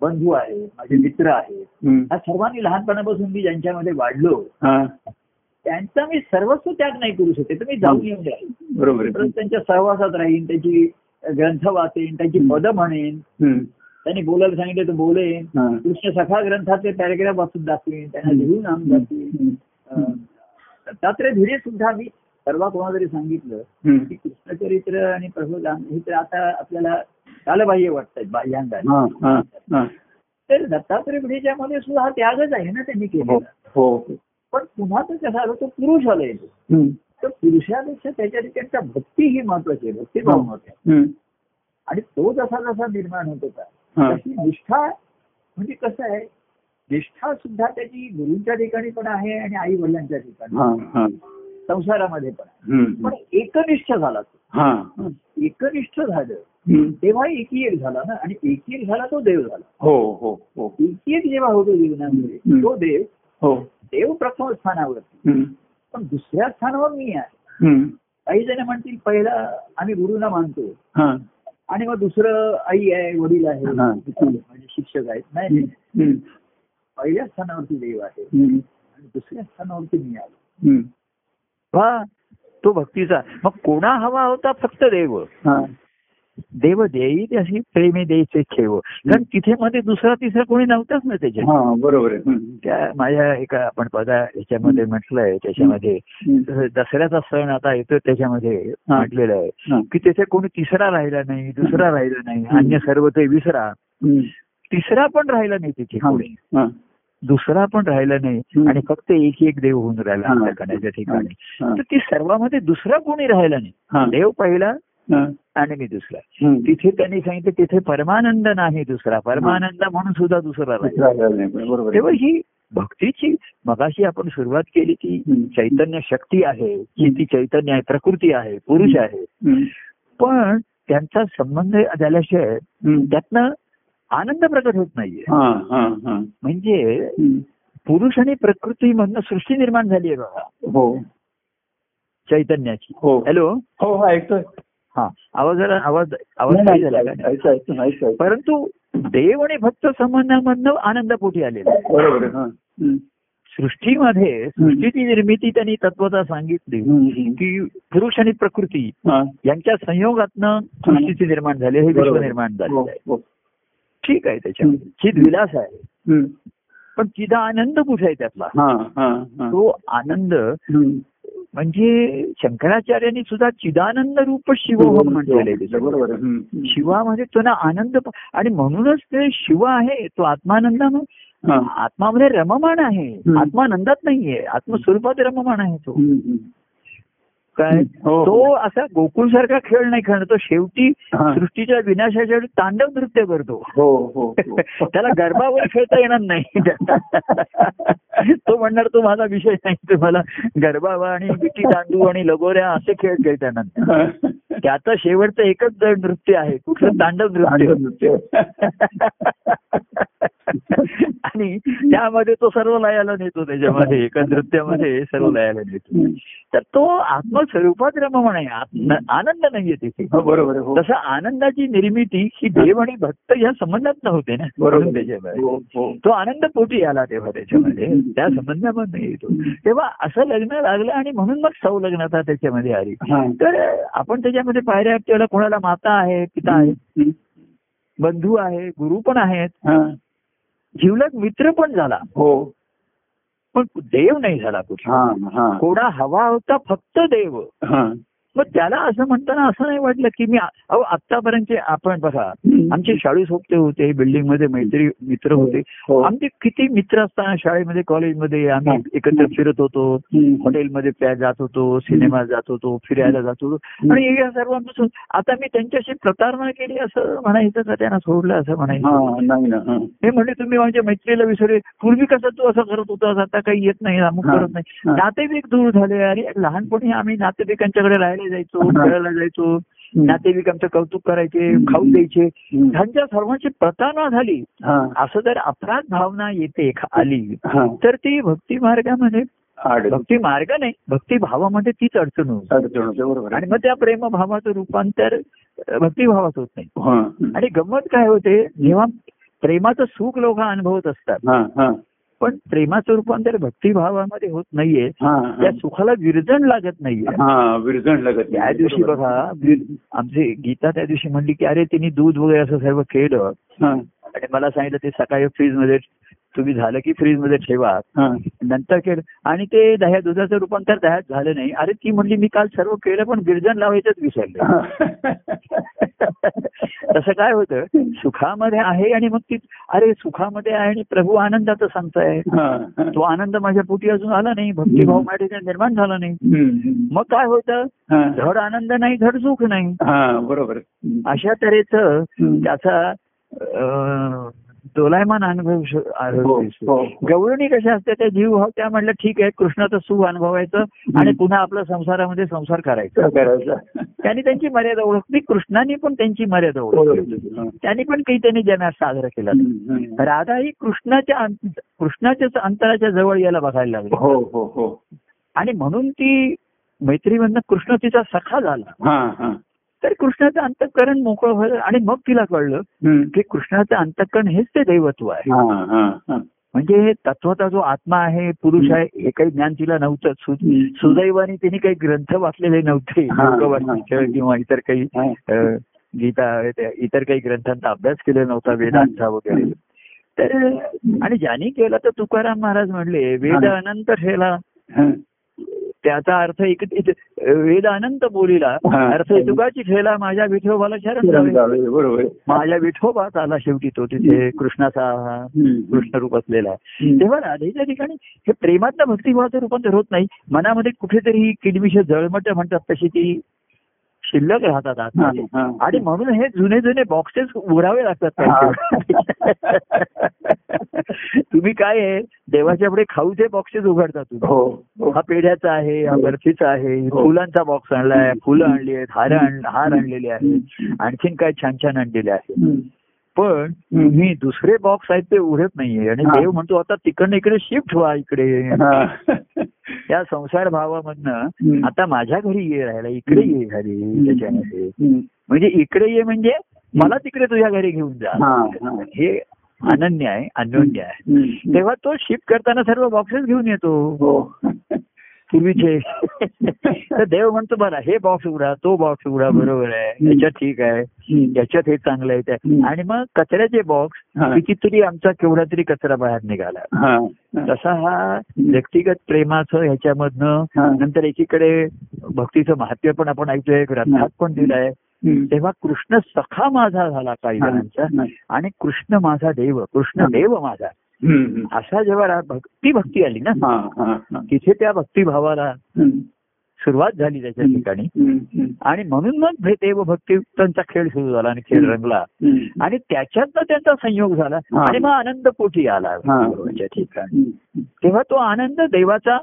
S2: बंधू आहेत माझे मित्र आहेत
S1: हम्म.
S2: ह्या सर्वांनी लहानपणापासून मी ज्यांच्यामध्ये वाढलो
S1: हा.
S2: त्यांचा मी सर्वस्व त्याग नाही करू शकते तर मी
S1: हो.
S2: जाऊन येऊन जाईल
S1: बरोबर आहे.
S2: परत त्यांच्या सहवासात राहीन त्यांची ग्रंथ वाचेन त्यांची पदं म्हणेन
S1: हम्म.
S2: त्यांनी बोलायला सांगितले तर बोलेन
S1: हा.
S2: कृष्ण सखा ग्रंथातले पॅरेग्राफ वाचून दाखवेन त्यांना लिहून आणून दाखवेन
S1: हम्म.
S2: अं, दत्तात्रय भिडे सुद्धा मी परवा कोणाला तरी सांगितलं
S1: हम्म.
S2: की कृष्णचरित्र आणि प्रभू राम हे तर आता आपल्याला कालबाह्य वाटतात बाह्यांदा
S1: हा, हा, हा.
S2: तर दत्तात्रय विधीच्यामध्ये सुद्धा हा त्यागच आहे ना त्यांनी
S1: हो,
S2: केलेला
S1: हो.
S2: पण पुन्हा तो कसा आला तो पुरुष आला येतो
S1: हम्म,
S2: तर पुरुषापेक्षा त्याच्या ठिकाणचा भक्ती ही महत्वाची आहे भक्तीभाव महत्वाचा आहे.
S1: हम्म,
S2: आणि तो जसा जसा निर्माण होत होता
S1: हा.
S2: तशी निष्ठा म्हणजे कसं आहे निष्ठा सुद्धा त्याची गुरुंच्या ठिकाणी पण आहे आणि आई वडिलांच्या ठिकाणी
S1: हा, हा.
S2: संसारामध्ये पण आहे.
S1: हम्म,
S2: पण एकनिष्ठ झाला तो
S1: हा, हा.
S2: एकनिष्ठ झालं
S1: हम्म.
S2: तेव्हा एकी एक झाला ना आणि एकी एक झाला तो देव झाला
S1: हो हो हो
S2: एकी एक जेव्हा होतो जीवनामध्ये
S1: हम्म.
S2: तो देव
S1: हो
S2: देव प्रथम स्थानावरती
S1: हम्म,
S2: पण दुसऱ्या स्थानावर मी आहे
S1: हम्म.
S2: काही जण म्हणतील पहिला आम्ही गुरुला मानतो
S1: हा,
S2: आणि मग दुसरं आई आहे वडील आहे
S1: हा.
S2: म्हणजे शिक्षक आहेत नाही
S1: हम्म,
S2: नाही.
S1: हम्म,
S2: पहिल्या स्थानावरती देव आहे
S1: हम्म,
S2: आणि दुसऱ्या स्थानावरती मी आलो
S1: हम्म.
S2: वा तो भक्तीचा मग कोणा हवा होता फक्त देव
S1: हा,
S2: देव देई अशी प्रेमी देईचे खेव कारण तिथे मध्ये दुसरा तिसरा कोणी नव्हताच ना त्याच्या
S1: हा, बरोबर आहे हम्म,
S2: त्या माझ्या एका आपण बघा ह्याच्यामध्ये म्हटलंय त्याच्यामध्ये
S1: हम्म.
S2: जसं दसऱ्याचा सण आता येतो त्याच्यामध्ये म्हटलेलं आहे
S1: हा,
S2: की त्याच्यात कोणी तिसरा राहिला नाही दुसरा राहिला नाही अन्य सर्व ते विसरा
S1: हम्म.
S2: तिसरा पण राहिला नाही तिथे
S1: हा,
S2: कोणी
S1: हा,
S2: दुसरा पण राहिला नाही
S1: हम्म.
S2: आणि फक्त एक एक देव होऊन राहिला
S1: हा.
S2: आपल्या कण्याच्या ठिकाणी
S1: हा,
S2: तर ती सर्वांमध्ये दुसरा कोणी राहिला नाही
S1: हा.
S2: देव पहिला
S1: हा,
S2: आणि मी दुसरा
S1: हम्म.
S2: तिथे त्यांनी सांगितलं तिथे परमानंद नाही दुसरा परमानंद म्हणून सुद्धा दुसरा राहिला
S1: दुसरा झाला नाही, बरोबर
S2: तेव्हा
S1: आहे.
S2: ही भक्तीची मगाशी आपण सुरुवात केली की
S1: हम्म.
S2: चैतन्य शक्ती आहे की ती चैतन्य आहे प्रकृती आहे पुरुष आहे
S1: हम्म,
S2: पण त्यांचा संबंध झाल्याशिवाय
S1: हम्म.
S2: त्यातनं आनंद प्रकट होत नाहीये
S1: हा, हा, हा.
S2: म्हणजे
S1: हम्म.
S2: पुरुष आणि प्रकृती मधनं सृष्टी निर्माण झाली आहे बघा
S1: हो
S2: चैतन्याची
S1: हो
S2: हॅलो
S1: हो हो, ऐकतोय
S2: हा आवाज जरा- आवाज आवाज
S1: नाही,
S2: काय
S1: नाही,
S2: झाला
S1: ऐकतोय,
S2: का नाही?
S1: ऐकतोय, ऐकतोय, ऐकतोय.
S2: परंतु देव आणि भक्त संबंधामधनं आनंदापोटी आलेला आहे.
S1: बरोबर आहे, हा. हम्म,
S2: सृष्टीमध्ये सृष्टीची निर्मिती त्यांनी तत्वता सांगितली
S1: हम्म, हम्म.
S2: की पुरुष आणि प्रकृती
S1: हा,
S2: यांच्या संयोगातनं सृष्टीचे निर्माण झाले हे विश्व
S1: बरोबर.
S2: निर्माण झालेलं
S1: हो,
S2: आहे
S1: हो.
S2: ठीक आहे त्याच्यामध्ये
S1: हम्म.
S2: चिद विलास आहे
S1: हम्म.
S2: पण चिदा आनंद कुठे आहे त्यातला
S1: हा, हा, हा.
S2: तो आनंद
S1: हम्म.
S2: म्हणजे शंकराचार्यांनी सुद्धा चिदानंद रूप शिवोहम म्हटलेलं आहे त्याच्यामध्ये.
S1: हो, बरोबर आहे, हम्म.
S2: शिवामध्ये तो ना आनंद प- आणि म्हणूनच ते शिव आहे तो आत्मानंदा
S1: हा.
S2: आत्मामध्ये रममाण आहे
S1: हम्म.
S2: आत्मानंदात नाहीये आत्मस्वरूपात रममाण आहे तो
S1: हम्म, हम्म.
S2: काय
S1: हो.
S2: तो असा गोकुळ सारखा खेळ नाही खेळणार तो शेवटी
S1: हा.
S2: सृष्टीच्या विनाशाच्या वेळी तांडव नृत्य करतो
S1: हो हो हो.
S2: त्याला गर्भावर खेळता येणार
S1: *laughs*
S2: नाही तो म्हणणार तो माझा विषय नाही तुम्हाला गर्भावा आणि विटी तांडू आणि लगोऱ्या असे खेळ खेळता येणार नाही. त्याचा शेवटचं एकच जण नृत्य आहे कुठलं तांडव नृत्य
S1: चांगलं नृत्य.
S2: आणि त्यामध्ये तो सर्व लयाला नेतो
S1: हो.
S2: त्याच्यामध्ये एका नृत्यामध्ये सर्व लयाला नेतो
S1: हम्म.
S2: तर तो आत्मस्वरूपात रममाण आहे आत्म- आनंद नाहीये तिथे
S1: हो, बरोबर आहे, हो.
S2: तसं आनंदाची निर्मिती ही देव आणि भक्त या संबंधात नव्हते ना
S1: बरोबर आहे.
S2: त्याच्यामध्ये
S1: हो, हो.
S2: तो आनंद पोटी आला तेव्हा त्याच्यामध्ये
S1: हम्म.
S2: त्या संबंधामध्ये येतो तेव्हा असं लग्न लागलं आणि म्हणून मग संलग्नता त्याच्यामध्ये आली
S1: हा.
S2: तर आपण त्याच्यामध्ये पायऱ्या त्याला कोणाला माता आहे पिता आहे
S1: हम्म.
S2: बंधू आहे गुरु पण आहेत
S1: हा.
S2: जीवलग मित्र पण झाला
S1: हो
S2: पण देव नाही झाला कुठला
S1: हा हा
S2: कोणा हवा होता फक्त देव
S1: हा
S2: मग त्याला असं म्हणताना असं नाही वाटलं की मी आ- अहो आतापर्यंत आपण बघा आमचे शाळू सोबते होते बिल्डिंग मध्ये मैत्री मित्र होते
S1: हो.
S2: आमचे किती मित्र असताना शाळेमध्ये कॉलेजमध्ये आम्ही एकत्र फिरत होतो
S1: हम्म.
S2: हॉटेलमध्ये फिरायला जात होतो सिनेमा जात होतो फिरायला जात होतो आणि या सर्वांपासून आता मी त्यांच्याशी प्रतारणा केली असं म्हणायचं का त्यांना सोडलं असं
S1: हा,
S2: म्हणायचं
S1: नाही ना हा.
S2: हे म्हणले तुम्ही माझ्या मैत्रीला विसरले पूर्वी कसं तू असं करत होतास आता काही येत नाही अमुक
S1: हा,
S2: करत नाही
S1: हा.
S2: नातेवाईक दूर झाले अरे लहानपणी आम्ही नातेवाईकांच्याकडे राहायला जायचो
S1: हा.
S2: खेळायला जायचो नातेवाईक आमचं कौतुक करायचे
S1: हम्म.
S2: खाऊ द्यायचे
S1: हम्म.
S2: ह्यांच्या सर्वांची प्रतारणा झाली
S1: हा
S2: असं जर अपराध भावना येते एखा- आली
S1: हा
S2: तर ती भक्ती मार्गामध्ये
S1: आड
S2: भक्ती मार्ग नाही भक्ती भावामध्ये तीच अडचण होती
S1: अडचण होते, बरोबर आहे.
S2: आणि मग त्या प्रेम भावाचं रूपांतर अ, भक्तिभावात होत नाही
S1: हा.
S2: आणि गंमत काय होते जेव्हा प्रेमाचं सुख लोक अनुभवत असतात
S1: हा, हा.
S2: पण प्रेमाचं रूपांतर भक्तिभावामध्ये होत नाहीये
S1: हा,
S2: त्या सुखाला विरजण लागत नाहीये
S1: हा विरजण लागत नाही.
S2: त्या दिवशी
S1: बरोबर.
S2: बघा वि- आमची गीता त्या दिवशी म्हणली की अरे तिने दूध वगैरे असं सर्व केलं
S1: हा.
S2: आणि मला सांगितलं ते सकाळी फ्रीज मध्ये तुम्ही झालं की फ्रीज मध्ये ठेवा
S1: हा.
S2: नंतर केलं आणि ते दह्या दुधाचं रूपांतर दह्यात झालं नाही अरे ती म्हणली मी काल सर्व केलं पण गिरजन लावायचंच विसरले *laughs* तसं काय होतं सुखामध्ये आहे आणि मग ती अरे सुखामध्ये आहे आणि प्रभू आनंदाचं सांगताय
S1: हा, हा.
S2: तो आनंद माझ्या पोटी अजून आला नाही भक्तीभाव माझ्या ठिकाणी निर्माण झाला नाही
S1: हम्म.
S2: मग काय होतं
S1: हा.
S2: धड आनंद नाही धड सुख नाही
S1: हा, बरोबर
S2: अशा तऱ्हेचं
S1: हम्म.
S2: त्याचा अं, दोलायमान अनुभव श-
S1: हो,
S2: अनुभव
S1: हो.
S2: दिसतो. गवळणी कशा असते ते जीव हो त्या म्हणलं ठीक आहे कृष्णाचं सुख अनुभवायचं आणि पुन्हा आपल्या संसारामध्ये संसार करायचा
S1: काय करायचं
S2: त्यांनी त्यांची मर्यादा ओळखली कृष्णाने पण त्यांची मर्यादा ओळखली
S1: हम्म,
S2: त्यांनी पण काही त्यांनी जनात साजरा केला
S1: हम्म.
S2: राधा ही कृष्णाच्या अंत- कृष्णाच्याच अंतराच्या जवळ यायला बघायला लागली
S1: हो हो हो
S2: आणि म्हणून ती मैत्रीमधनं कृष्ण तिचा सखा झाला
S1: हा हा
S2: तर कृष्णाचं अंतकरण मोकळं व्हायला आणि मग तिला कळलं
S1: हम्म.
S2: की कृष्णाचं अंतकरण हेच ते दैवत्व आहे
S1: हा हा हा
S2: म्हणजे हे तत्वता जो आत्मा आहे पुरुष आहे हे काही ज्ञान तिला नव्हतं सु- सुदैवाने तिने काही ग्रंथ वाचलेले नव्हते
S1: हा,
S2: योग वाचण्याचे
S1: हा.
S2: किंवा इतर काही
S1: हा.
S2: अ, गीता ते- इतर काही ग्रंथांचा अभ्यास केलेला नव्हता वेदांचा वगैरे तर आणि ज्यांनी केला तर तुकाराम महाराज म्हणले वेद
S1: हा.
S2: अनंत ठेला
S1: हा.
S2: त्याचा अर्थ एक इत- वेद अनंत बोलीला
S1: हा.
S2: अर्थ तुकाची ठेला माझ्या विठोबाला शरण
S1: किरण
S2: जावे
S1: जावे, बरोबर आहे.
S2: माझ्या विठोबाच आला शेवटी तो तिथे कृष्णाचा हा
S1: हम्म.
S2: कृष्ण रूप असलेला आहे
S1: हम्म.
S2: तेव्हा राधेच्या ठिकाणी हे प्रेमातल्या भक्तिभावाचं रूपांतर होत नाही मनामध्ये कुठेतरी किडमिश जळमट म्हणतात तशी ती शिल्लक राहतात
S1: हा,
S2: आतमध्ये.
S1: हा.
S2: आणि म्हणून हे जुने जुने बॉक्सेस उघडावे लागतात त्यांचे. तुम्ही काय आहे देवाच्या पुढे खाऊचे बॉक्सेस उघडता तुम्ही
S1: हो हो.
S2: हा पेढ्याचा आहे हा
S1: हो.
S2: बर्फीचा आहे
S1: हो.
S2: फुलांचा बॉक्स आणलाय
S1: हम्म.
S2: फुलं आणली आहेत हार आण- हार आणलेले आहेत
S1: हम्म.
S2: आणखीन काय छान छान आणलेले आहेत
S1: हम्म.
S2: पण
S1: हम्म.
S2: मी दुसरे बॉक्स आहेत ते उघडत नाहीये आणि
S1: हा.
S2: देव म्हणतो आता तिकडनं इकडे शिफ्ट व्हा इकडे
S1: हा.
S2: या संसार भावामधनं
S1: हम्म.
S2: आता माझ्या घरी ये राहायला इकडे ये घरी त्याच्यामध्ये
S1: हम्म.
S2: म्हणजे इकडे ये म्हणजे मला तिकडे तुझ्या घरी घेऊन जा
S1: हा, हा.
S2: हे अनन्य आहे अनोन्य आहे
S1: हम्म.
S2: तेव्हा तो शिफ्ट करताना सर्व बॉक्सेस घेऊन येतो
S1: हो
S2: पूर्वीचे तर देव म्हणतो बरं हे बॉक्स उघडा तो बॉक्स उघडा बरोबर आहे याच्यात ठीक आहे
S1: हम्म.
S2: याच्यात हे चांगलं आहे ते
S1: हम्म.
S2: आणि मग कचऱ्याचे बॉक्स
S1: हा.
S2: कितीतरी आमचा केवढा तरी कचरा बाहेर निघाला
S1: हा.
S2: तसा हा व्यक्तिगत प्रेमाचं ह्याच्यामधनं
S1: हा.
S2: नंतर एकीकडे भक्तीचं महात्म्य पण आपण ऐकतोय ग्रंथात पण दिलंय
S1: हम्म.
S2: तेव्हा कृष्ण सखा माझा झाला काही
S1: हा.
S2: जणांचा
S1: हा.
S2: आणि कृष्ण माझा देव कृष्ण
S1: हा.
S2: देव माझा
S1: हम्म.
S2: असा जेव्हा रा- भक्ती भक्ती आली ना
S1: हा, हा, हा.
S2: तिथे त्या भक्तिभावाला
S1: हम्म.
S2: सुरुवात झाली त्याच्या
S1: हम्म.
S2: ठिकाणी
S1: हम्म. हम्म.
S2: आणि म्हणून मग भे- देव भक्ती त्यांचा खेळ सुरू झाला आणि खेळ
S1: हम्म.
S2: रंगला
S1: हम्म.
S2: आणि त्याच्यातनं त्यांचा संयोग झाला
S1: हा.
S2: आणि मग आनंद पोटी आला
S1: हा.
S2: देवाच्या ठिकाणी
S1: हम्म.
S2: तेव्हा तो आनंद देवाचा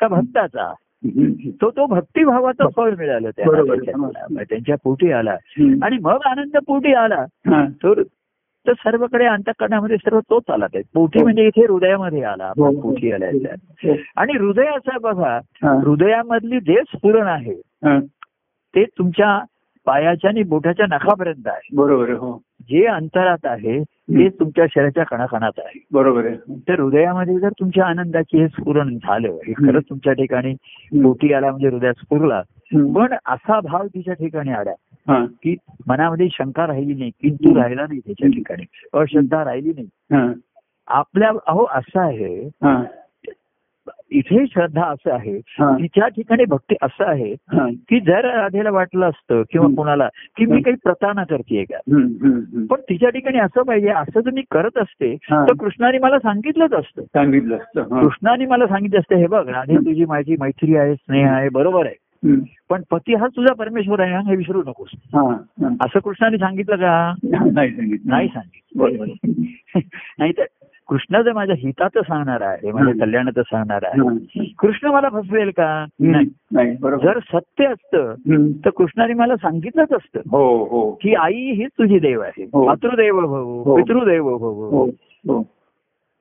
S2: का भक्ताचा
S1: हम्म.
S2: तो तो भक्तिभावाचं फळ मिळालं त्याला
S1: बरोबर.
S2: त्याच्यातला. मग त्यांच्या पोटी आला
S1: हम्म.
S2: आणि मग आनंद पोटी आला
S1: हा.
S2: तर तर सर्वकडे अंतकरणामध्ये सर्व तोच आला ते पोटी
S1: हो.
S2: म्हणजे इथे हृदयामध्ये आला
S1: हो,
S2: आपण
S1: हो.
S2: पोटी आला याच्यात.
S1: हो.
S2: आणि हृदयाचा बघा
S1: हा.
S2: हृदयामधली जे स्फुरण आहे
S1: हा.
S2: ते तुमच्या पायाच्या आणि बोटाच्या नखापर्यंत आहे
S1: बरोबर आहे हो
S2: जे अंतरात आहे ते तुमच्या शरीराच्या कणाकणात आहे
S1: बरोबर आहे
S2: तर हृदयामध्ये जर तुमच्या आनंदाची हे स्फुरण झालं हे
S1: हम्म.
S2: खरंच तुमच्या ठिकाणी
S1: हम्म.
S2: पोटी आला म्हणजे हृदयात स्फुरला
S1: हम्म.
S2: पण असा भाव तिच्या ठिकाणी आला
S1: हा.
S2: की मनामध्ये शंका राहिली नाही किंतू राहिला नाही त्याच्या ठिकाणी अश्रद्धा राहिली नाही
S1: हा.
S2: आपल्या अहो असं आहे
S1: हा.
S2: इथे श्रद्धा असं आहे
S1: हा.
S2: तिच्या ठिकाणी भक्ती असं आहे
S1: हा.
S2: की जर राधेला वाटलं असतं किंवा
S1: हं.
S2: कोणाला की मी काही प्रतारणा करते का
S1: हम्म. हम्म. हम्म.
S2: पण तिच्या ठिकाणी असं पाहिजे असं जर मी करत असते
S1: हा.
S2: तर कृष्णाने मला सांगितलंच असतं
S1: सांगितलं असतं हा.
S2: कृष्णाने मला सांगितलं असतं हे बघ राधे तुझी माझी मैत्री आहे स्नेह आहे बरोबर आहे
S1: हम्म.
S2: पण पती हा तुझा परमेश्वर आहे हं, हे विसरू नकोस
S1: हा. हा.
S2: असं कृष्णाने सांगितलं का
S1: नाही सांगितलं
S2: नाही सांगितलं *laughs* नाहीतर कृष्ण जर माझ्या हिताचं सांगणार आहे माझ्या
S1: हं.
S2: कल्याणाचं सांगणार आहे
S1: हा.
S2: कृष्ण मला फसवेल का
S1: नाही
S2: नाही
S1: नाही, बरोबर
S2: जर सत्य असतं
S1: हम्म.
S2: तर कृष्णाने मला सांगितलंच असतं
S1: हो हो
S2: की आई हीच तुझी देव आहे
S1: हो.
S2: मातृदेव
S1: हो.
S2: भव पितृदेव
S1: हो
S2: भव
S1: हो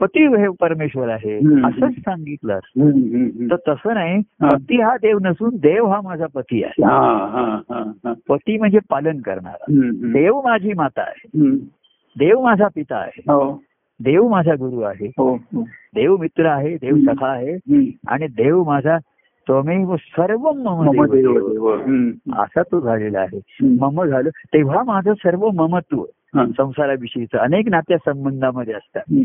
S2: पती हे परमेश्वर आहे
S1: हम्म.
S2: असंच सांगितलं असतं.
S1: हम्म, हम्म,
S2: तर
S1: हम्म.
S2: तसं नाही
S1: हा.
S2: पती हा देव नसून देव हा माझा पती आहे
S1: हा हा हा हा
S2: पती म्हणजे पालन करणारा
S1: हम्म, हम्म.
S2: देव माझी माता आहे
S1: हम्म.
S2: देव माझा पिता आहे
S1: हो
S2: देव माझा गुरु आहे
S1: हो हो.
S2: देव मित्र आहे देव
S1: हम्म.
S2: सखा आहे
S1: हम्म.
S2: आणि देव माझा त्वमेव सर्व मम
S1: मम
S2: देव
S1: देव देव. हम्म.
S2: असा तो झालेला आहे
S1: हम्म.
S2: मम झालं तेव्हा माझं सर्व ममत्व
S1: हा. Hmm.
S2: संसाराविषयीचं अनेक नात्या संबंधामध्ये असतात
S1: हम्म.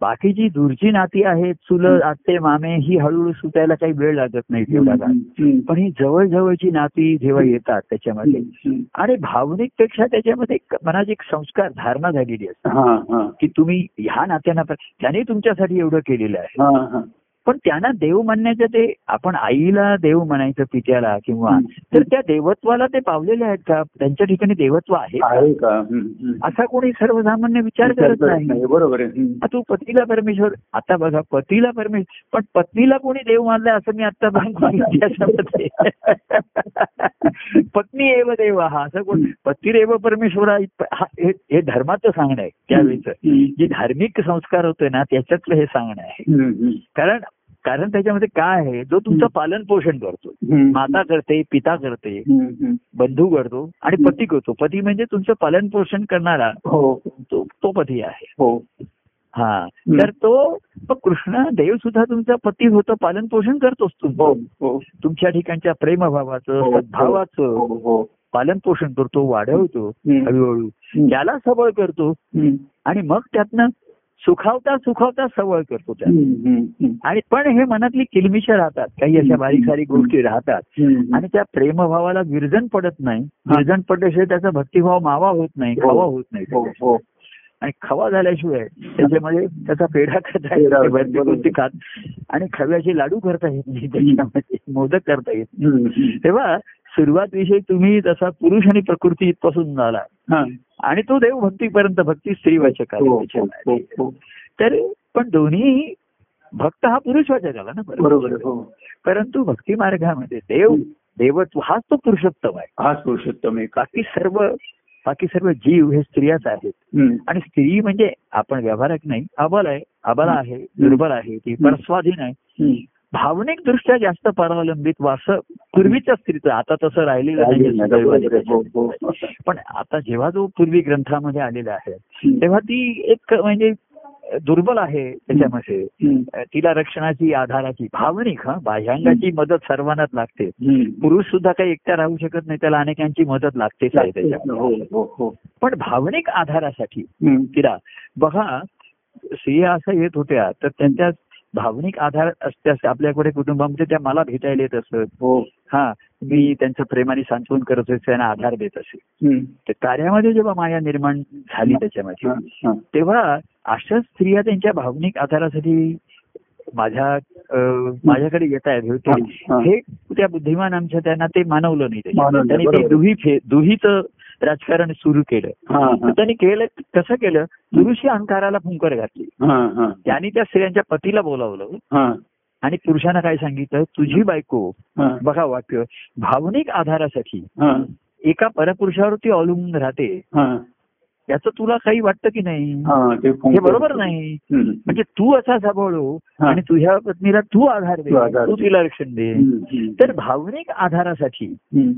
S2: बाकीची दूरची नाती आहेत चुलत
S1: हं.
S2: आत्ते मामे ही हळूहळू सुटायला काही वेळ लागत नाही
S1: Hmm.
S2: तेवढा काळ.
S1: हम्म.
S2: पण ही जवळजवळची नाती जेव्हा येतात त्याच्यामध्ये
S1: हम्म.
S2: आणि भावनिक पेक्षा त्याच्यामध्ये एक मनात एक संस्कार धारणा झालेली असते
S1: हा हा
S2: की तुम्ही ह्या नात्यांना पण- त्याने तुमच्यासाठी एवढं केलेलं आहे
S1: हा हा
S2: पण त्यांना देव म्हणण्याचं ते आपण आईला देव म्हणायचं पित्याला किंवा
S1: हं.
S2: तर त्या देवत्वाला ते पावलेले आहेत का त्यांच्या ठिकाणी देवत्व आहे
S1: आहे का हम्म, हम्म.
S2: असा कोणी सर्वसामान्य विचार
S1: विचार
S2: करत नाही
S1: बरोबर आहे हम्म.
S2: आ, तू पतीला परमेश्वर आता बघा पतीला परमेश्वर पण पत्नीला कोणी देव मानलाय असं मी आता पत्नी एव देव हा असं कोण पती देव परमेश्वरा इत- हा- हे हे धर्माचं सांगणं आहे त्यावेळीचं
S1: हम्म.
S2: जे धार्मिक संस्कार होते ना त्याच्यातलं हे सांगणं आहे
S1: हम्म, हम्म.
S2: कारण कारण त्याच्यामध्ये काय आहे जो तुमचं पालन पोषण करतो
S1: हम्म.
S2: माता करते पिता करते
S1: हम्म, हम्म.
S2: बंधू करतो आणि पती करतो पती म्हणजे तुमचं पालन पोषण करणारा
S1: हो
S2: तो तो पती आहे
S1: हो
S2: हा तर तो मग कृष्ण देव सुद्धा तुमचा पती होतो पालन पोषण करतोच
S1: हो
S2: तुमचं
S1: हो
S2: तुमच्या ठिकाणच्या प्रेमभावाचं
S1: हो.
S2: सद्भावाचं
S1: हो हो
S2: पालन पोषण करतो वाढवतो
S1: हम्म.
S2: हळूहळू
S1: हम्म.
S2: त्याला सबळ करतो
S1: हम्म.
S2: आणि मग त्यातनं सुखावता सुखावता सबळ करतो त्याला
S1: हम्म, हम्म, हम्म.
S2: आणि पण हे मनातली किलमिश राहतात काही अशा बारीक सारीक गोष्टी राहतात
S1: हम्म.
S2: आणि त्या प्रेमभावाला विरजन पडत नाही विरजन पडल्याशिवाय त्याचा भक्तिभाव मावा होत नाही
S1: हो.
S2: खावा होत नाही
S1: हो हो
S2: आणि खवा झाल्याशिवाय त्याच्यामध्ये त्याचा पेढा करता येत
S1: पेढा,
S2: नाही, वरती
S1: बरोबर.
S2: कोणती खात आणि खव्याचे लाडू करता येत नाही त्याच्यामध्ये मोदक करता येत नाही.
S1: हम्म, हम्म.
S2: तेव्हा सुरुवात विषयी तुम्ही जसा पुरुष आणि प्रकृती इथपासून झाला
S1: हा.
S2: आणि तो देव भक्तीपर्यंत भक्ती स्त्रीवाचक
S1: हो,
S2: आली
S1: हो, हो,
S2: त्याच्यामध्ये.
S1: हो.
S2: तर पण दोन्ही भक्त हा पुरुषवाचक आला ना
S1: बरोबर आहे, हो
S2: परंतु भक्ती मार्गामध्ये देव देवत्व हाच तो पुरुषोत्तम आहे
S1: हाच पुरुषोत्तम एक
S2: बाकी सर्व बाकी सर्व जीव हे स्त्रियाच आहेत
S1: हम्म.
S2: आणि स्त्री म्हणजे आपण व्यवहारक नाही अबल आहे अबला आहे दुर्बल आहे ती परस्वाधीन आहे
S1: हम्म.
S2: भावनिक दृष्ट्या जास्त परावलंबित वासं पूर्वीच्या स्त्रीचं आता तसं राहिलेलं
S1: राहिलेलं नाही, बरोबर आहे, हो,
S2: नाही
S1: हो.
S2: पण आता जेव्हा जो पूर्वी ग्रंथामध्ये आलेला आहे
S1: हम्म.
S2: तेव्हा ती एक म्हणजे दुर्बल आहे त्याच्यामध्ये
S1: हम्म.
S2: तिला रक्षणाची आधाराची भावनिक हा बाह्यांगाची मदत सर्वांनाच लागते
S1: हम्म.
S2: पुरुष सुद्धा काही एकटा राहू शकत नाही त्याला अनेकांची मदत लागतेच आहे त्याच्यामध्ये
S1: हो हो हो
S2: पण भावनिक आधारासाठी
S1: हम्म.
S2: तिला बघा स्त्रिया असं येत होत्या तर त्यांच्या भावनिक आधार असल्यास आपल्याकडे कुटुंबामध्ये त्या मला भेटायला येत असत
S1: हो
S2: हा मी त्यांचं प्रेमाने सांत्वन करत असे त्यांना आधार देत असे
S1: हम्म.
S2: तर कार्यामध्ये जेव्हा माया निर्माण झाली त्याच्यामध्ये
S1: हा, हा.
S2: तेव्हा अशा स्त्रिया त्यांच्या भावनिक आधारासाठी माझ्या अं, माझ्याकडे येत आहेत हे ते-
S1: हा, हा.
S2: हे त्या बुद्धिमान आमच्या त्यांना ते मानवलं नाही त्याच्यात.
S1: मानवलं,
S2: त्यांनी ते
S1: बरोबर.
S2: दुही फे दुहीचं राजकारण सुरू केलं
S1: हा,
S2: तर
S1: हा.
S2: त्यांनी केलं कसं केलं पुरुषी अहंकाराला फुंकर घातली
S1: हा, हा.
S2: त्यांनी त्या स्त्रियांच्या पतीला बोलावलं
S1: हा,
S2: आणि पुरुषांना काय सांगितलं तुझी बायको
S1: हा.
S2: बघा वाक्य भावनिक आधारासाठी
S1: हा,
S2: एका परपुरुषावरती अवलंबून राहते
S1: हा.
S2: याचं तुला काही वाटतं की नाही
S1: हा, ते
S2: हे
S1: फोन
S2: बरोबर
S1: करतो.
S2: नाही
S1: हम्म.
S2: म्हणजे तू असा साभाळू
S1: हा.
S2: आणि तुझ्या पत्नीला तू आधार दे
S1: तू आधार
S2: तू
S1: दे.
S2: तिला रक्षण दे
S1: हम्म, हम्म.
S2: तर भावनिक आधारासाठी
S1: हम्म.